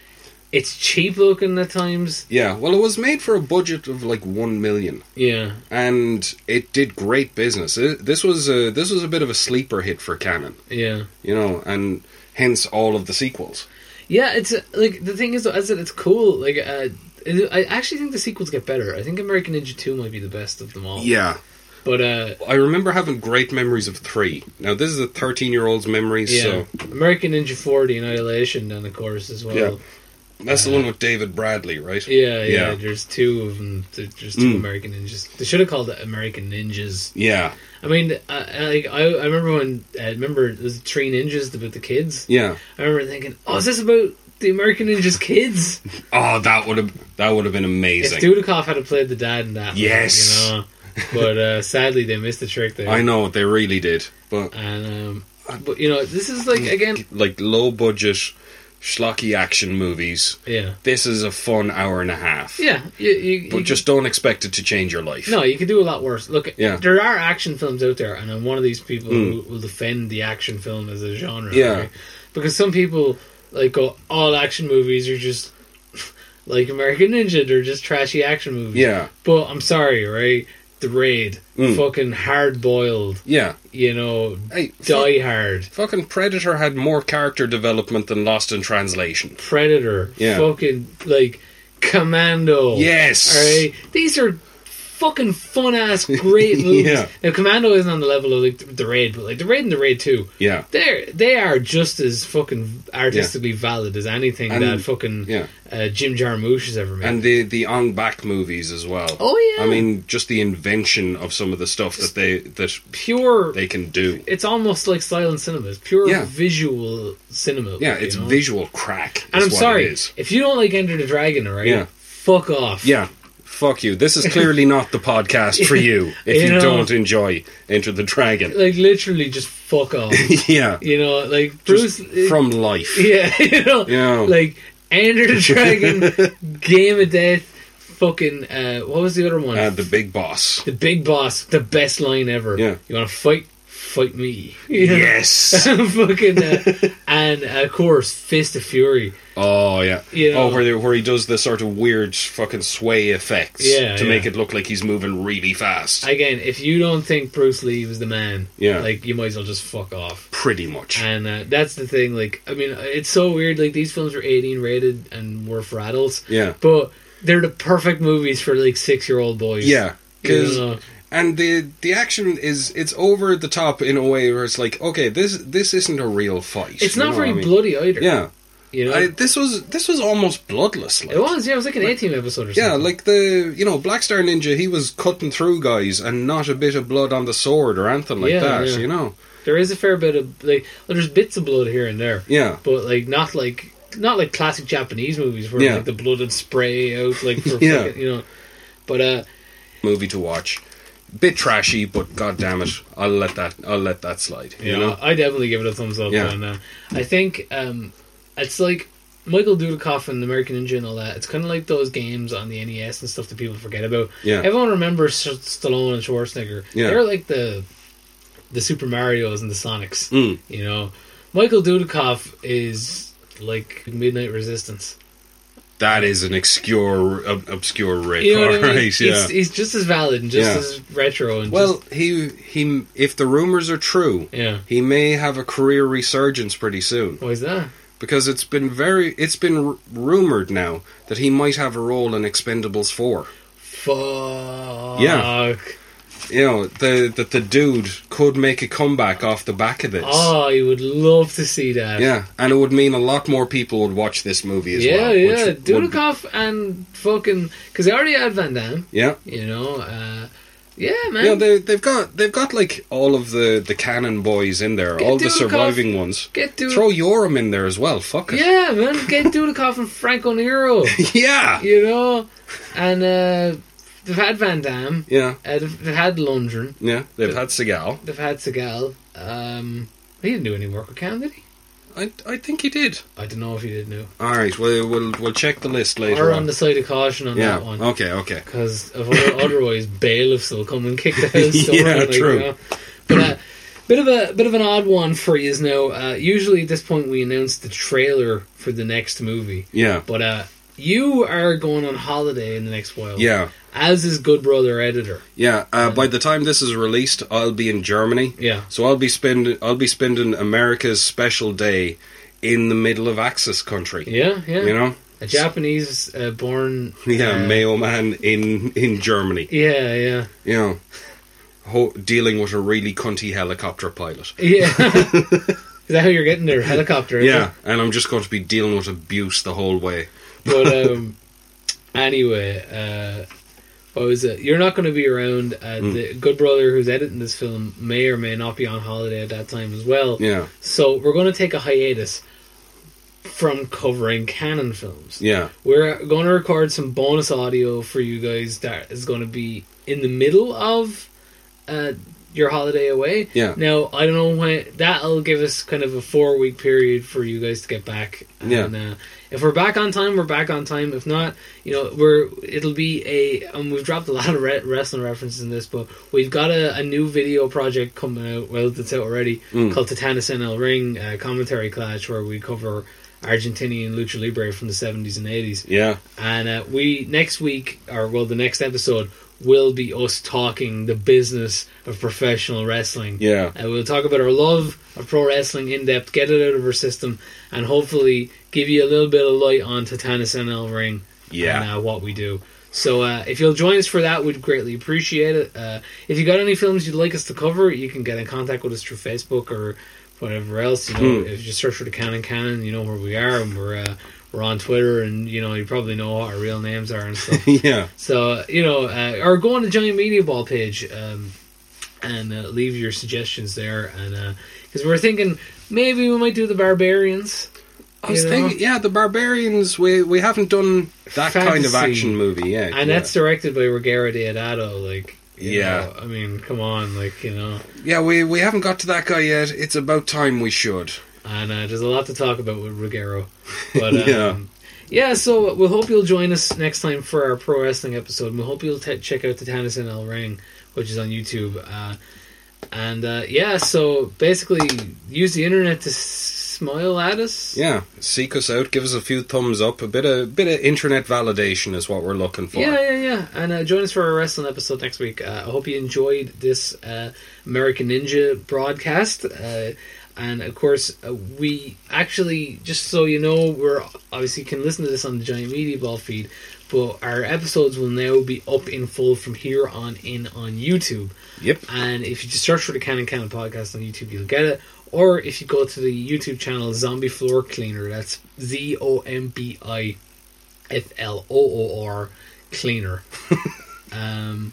S1: it's cheap looking at times.
S2: Yeah, well, it was made for a budget of like one million,
S1: Yeah,
S2: and it did great business. It, this was a this was a bit of a sleeper hit for Canon,
S1: yeah.
S2: you know, and hence all of the sequels.
S1: Yeah, it's uh, like the thing is, though, I said it's cool. Like, uh, it- I actually think the sequels get better. I think American Ninja Two might be the best of them all.
S2: Yeah,
S1: but uh,
S2: I remember having great memories of three. Now this is a thirteen year old's memories,
S1: yeah,
S2: so
S1: American Ninja Four: The Annihilation down the course as well.
S2: Yeah.
S1: Yeah,
S2: That's the one with David Bradley, right?
S1: yeah.
S2: Uh-huh. Yeah. Mm.
S1: There's two of them. There- There's two American Ninjas. They should have called it American Ninjas.
S2: Yeah,
S1: I mean, uh, like I, I remember when I remember it was Three Ninjas about the kids.
S2: yeah.
S1: I remember thinking, oh, is this about the American Ninjas kids?
S2: Oh, that would have that would have been
S1: if
S2: amazing.
S1: Dudikoff had played the dad in that, one,
S2: Yes.
S1: you know. But uh, sadly, they missed the trick there.
S2: I know they really did, but
S1: Mm. And um, but you know, this is like
S2: Mm.
S1: again,
S2: like low budget, schlocky action movies.
S1: yeah,
S2: This is a fun hour and a half.
S1: yeah. You, you,
S2: But
S1: you
S2: just don't expect it to change your life.
S1: no, you could do a lot worse. Look,
S2: Yeah. Hmm.
S1: there are action films out there, and I'm one of these people who will defend the action film as a genre.
S2: Yeah.
S1: right? because some people like go all action movies are just like American Ninja; they're just trashy action movies.
S2: Yeah. Hmm.
S1: but I'm sorry, right? The Raid, fucking hard boiled,
S2: Yeah.
S1: you know,
S2: Hey, fuck-
S1: Die Hard,
S2: fucking Predator had more character development than Lost in Translation.
S1: Predator,
S2: Yeah.
S1: fucking like Commando.
S2: Yes.
S1: All right, these are fucking fun ass great movies.
S2: Yeah.
S1: Now, Commando isn't on the level of like the- the Raid, but like the Raid and the Raid Two,
S2: Yeah.
S1: they're they are just as fucking artistically valid as anything
S2: And-
S1: that fucking
S2: yeah.
S1: uh, Jim Jarmusch has ever made.
S2: And the the on back movies as well.
S1: Oh, yeah.
S2: I mean, just the invention of some of the stuff that they that
S1: pure,
S2: they can do.
S1: it's almost like silent cinema. It's pure
S2: Yeah.
S1: visual cinema.
S2: Yeah,
S1: you
S2: it's
S1: know?
S2: visual crack.
S1: And
S2: is
S1: I'm
S2: what
S1: sorry
S2: It is.
S1: if you don't like Enter the Dragon, all right?
S2: Yeah.
S1: Fuck off.
S2: Yeah, fuck you. This is clearly not the podcast for you if you,
S1: You know.
S2: don't enjoy Enter the Dragon.
S1: Like literally, just fuck off.
S2: yeah,
S1: you know, like Bruce uh,
S2: just from life.
S1: Yeah, you know,
S2: Yeah.
S1: like Enter the Dragon, Game of Death, fucking uh, what was the other one?
S2: Uh, the big boss.
S1: the Big Boss, the best line ever.
S2: Yeah.
S1: you want to fight? Fight me. You know?
S2: Yes.
S1: fucking uh, and of course Fist of Fury.
S2: Oh yeah.
S1: You know.
S2: Oh, where they- where he does the sort of weird fucking sway effects
S1: Yeah,
S2: to
S1: yeah.
S2: make it look like he's moving really fast.
S1: Again, if you don't think Bruce Lee was the man,
S2: Yeah.
S1: like you might as well just fuck off.
S2: Pretty much.
S1: And uh, that's the thing. Like, I mean, it's so weird. Like, these films were 18 rated and were for adults.
S2: Yeah.
S1: But they're the perfect movies for like six year old boys.
S2: yeah, because
S1: You know?
S2: and the the action is it's over the top in a way where it's like, okay, this this isn't a real fight.
S1: It's
S2: you
S1: not
S2: know
S1: very
S2: what I mean?
S1: bloody either.
S2: Yeah,
S1: you know,
S2: I, this was this was almost bloodless. Like.
S1: it was. Yeah, it was like an A team episode or something.
S2: Yeah, like the you know Black Star Ninja, he was cutting through guys and not a bit of blood on the sword or anything like
S1: Yeah,
S2: that.
S1: yeah.
S2: You know,
S1: there is a fair bit of like well, there's bits of blood here and there.
S2: yeah,
S1: but like not like not like classic Japanese movies where
S2: Yeah.
S1: like the blood would spray out like for
S2: Yeah.
S1: fucking, you know. But uh,
S2: movie to watch. Bit trashy, but god damn it, I'll let that I'll let that slide. You
S1: yeah,
S2: know,
S1: I definitely give it a thumbs up.
S2: Yeah.
S1: And uh, I think um, it's like Michael Dudikoff and American Ninja and all that. It's kind of like those games on the NES and stuff that people forget about.
S2: Yeah.
S1: everyone remembers St- Stallone and Schwarzenegger.
S2: Yeah.
S1: they're like the the Super Mario's and the Sonics.
S2: Mm.
S1: You know, Michael Dudikoff is like Midnight Resistance.
S2: that is an obscure ob- obscure Rick.
S1: You know what I
S2: all
S1: mean?
S2: right,
S1: He's,
S2: yeah.
S1: he's just as valid and just
S2: Yeah.
S1: as retro and
S2: well,
S1: just,
S2: he he if the rumors are true,
S1: yeah.
S2: he may have a career resurgence pretty soon.
S1: Why is that?
S2: because it's been very it's been r- rumored now that he might have a role in Expendables 4.
S1: Fuck.
S2: Yeah. You know, the that the dude could make a comeback off the back of this.
S1: Oh, I would love to see that.
S2: Yeah, and it would mean a lot more people would watch this movie as
S1: Yeah,
S2: well.
S1: yeah.
S2: which would-
S1: Dudikoff and fucking because they already had Van Damme.
S2: yeah.
S1: You know. Uh, yeah, man.
S2: Yeah, they, they've got they've got like all of the the canon boys in there,
S1: Get
S2: all the
S1: Dudikoff.
S2: surviving ones.
S1: get Dud-
S2: Throw Yoram in there as well. Fuck it.
S1: Yeah, man. Get Dudikoff and Franco Nero.
S2: Yeah.
S1: you know, and uh, they've had Van Damme.
S2: Yeah.
S1: Uh, they've, they've had Lundgren.
S2: Yeah. They've had Seagal.
S1: They've had Seagal. Um, he didn't do any work with Cam, did he?
S2: I, I think he did.
S1: I don't know if he did now.
S2: All right. We'll we'll, we'll check the list later.
S1: Or
S2: on.
S1: on the side of caution on
S2: yeah.
S1: that one.
S2: Okay. Okay.
S1: Because otherwise, bailiffs will come and kick the house door.
S2: Yeah,
S1: like,
S2: true.
S1: You know. But uh, bit of a bit of an odd one for you is now. Uh, usually at this point, we announce the trailer for the next movie.
S2: Yeah.
S1: But uh, you are going on holiday in the next while.
S2: Yeah.
S1: As is Good Brother editor.
S2: Yeah, uh, by the time this is released, I'll be in Germany.
S1: Yeah.
S2: So I'll be spend I'll be spending America's special day in the middle of Axis country.
S1: Yeah, yeah.
S2: You know?
S1: a Japanese uh, born.
S2: Yeah,
S1: uh,
S2: Mayo man in in Germany.
S1: Yeah, yeah,
S2: You know. Ho- dealing with a really cunty helicopter pilot.
S1: yeah. is that how you're getting there? Helicopter. is it?
S2: Yeah, and I'm just going to be dealing with abuse the whole way.
S1: But um, anyway, uh, what was it? You're not going to be around. Uh,
S2: Hmm.
S1: The good brother who's editing this film may or may not be on holiday at that time as well.
S2: Yeah.
S1: So we're going to take a hiatus from covering canon films.
S2: Yeah.
S1: We're going to record some bonus audio for you guys that is going to be in the middle of uh, your holiday away.
S2: Yeah.
S1: Now, I don't know when that'll give us kind of a four week period for you guys to get back.
S2: Yeah.
S1: And, uh, if we're back on time, we're back on time. If not, you know, we're it'll be a and we've dropped a lot of re- wrestling references in this, but we've got a, a new video project coming out. Well, it's out already called Titanus NL Ring uh, Commentary Clash, where we cover Argentinian lucha libre from the seventies and eighties.
S2: Yeah.
S1: And uh, we next week, or well, the next episode will be us talking the business of professional wrestling.
S2: Yeah.
S1: And we'll talk about our love of pro wrestling in depth, get it out of our system, and hopefully give you a little bit of light on Titanus NL Ring
S2: Yeah.
S1: and uh, what we do. So uh, if you'll join us for that, we'd greatly appreciate it. Uh, if you got any films you'd like us to cover, you can get in contact with us through Facebook or whatever else. You know, if you just search for the Canon Canon, you know where we are, and we're uh, we're on Twitter, and you know you probably know what our real names are and stuff.
S2: Yeah.
S1: So you know, uh, or go on the Giant Media Ball page um, and uh, leave your suggestions there, and because we're thinking maybe we might do the Barbarians.
S2: I was
S1: You know?
S2: thinking, yeah, the barbarians. We we haven't done that kind of
S1: Fantasy.
S2: action movie. Yeah,
S1: and
S2: yeah.
S1: that's directed by Ruggero Deodato. Like, you
S2: Yeah.
S1: know, I mean, come on, like you know,
S2: Yeah, we, we haven't got to that guy yet. It's about time we should.
S1: and uh, there's a lot to talk about with Ruggero, but um,
S2: Yeah.
S1: yeah. so we hope you'll join us next time for our pro wrestling episode. And we hope you'll t- check out the Tannis in El Ring, which is on YouTube. Uh, and uh, yeah, so basically, use the internet to s- smile at us.
S2: Yeah, seek us out. Give us a few thumbs up. A bit of bit of internet validation is what we're looking for.
S1: Yeah, yeah, yeah. And uh, join us for our wrestling episode next week. Uh, I hope you enjoyed this uh, American Ninja broadcast. Uh, and of course, uh, we actually, just so you know, we're obviously you can listen to this on the Giant Media Ball feed, But our episodes will now be up in full from here on in on YouTube.
S2: Yep.
S1: And if you just search for the Cannon Cannon podcast on YouTube, you'll get it. Or if you go to the YouTube channel Zombie Floor Cleaner, that's Z O M B I F L O O R Cleaner. um,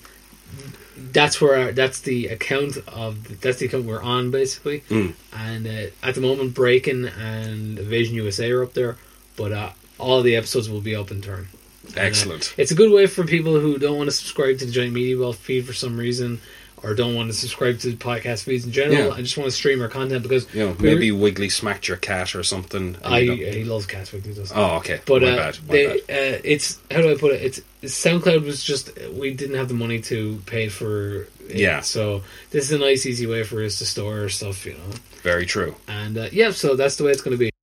S1: that's where that's the account of that's the account we're on basically. And uh, at the moment, Breaking and Vision USA are up there, but uh, all the episodes will be up in turn.
S2: Excellent.
S1: It's a good way for people who don't want to subscribe to the Giant Media Well feed for some reason, or don't want to subscribe to the podcast feeds in general,
S2: Yeah.
S1: and just want to stream our content because
S2: You know,
S1: we-
S2: maybe Wiggly smacked your cat or something. and
S1: I
S2: you don't-
S1: he loves cats with me does.
S2: Oh, okay.
S1: But
S2: my
S1: uh,
S2: bad. My
S1: they,
S2: bad.
S1: uh, it's how do I put it? It's SoundCloud was just we didn't have the money to pay for. It,
S2: Yeah.
S1: So this is a nice, easy way for us to store our stuff, you know.
S2: Very true.
S1: And uh, yeah, so that's the way it's going to be.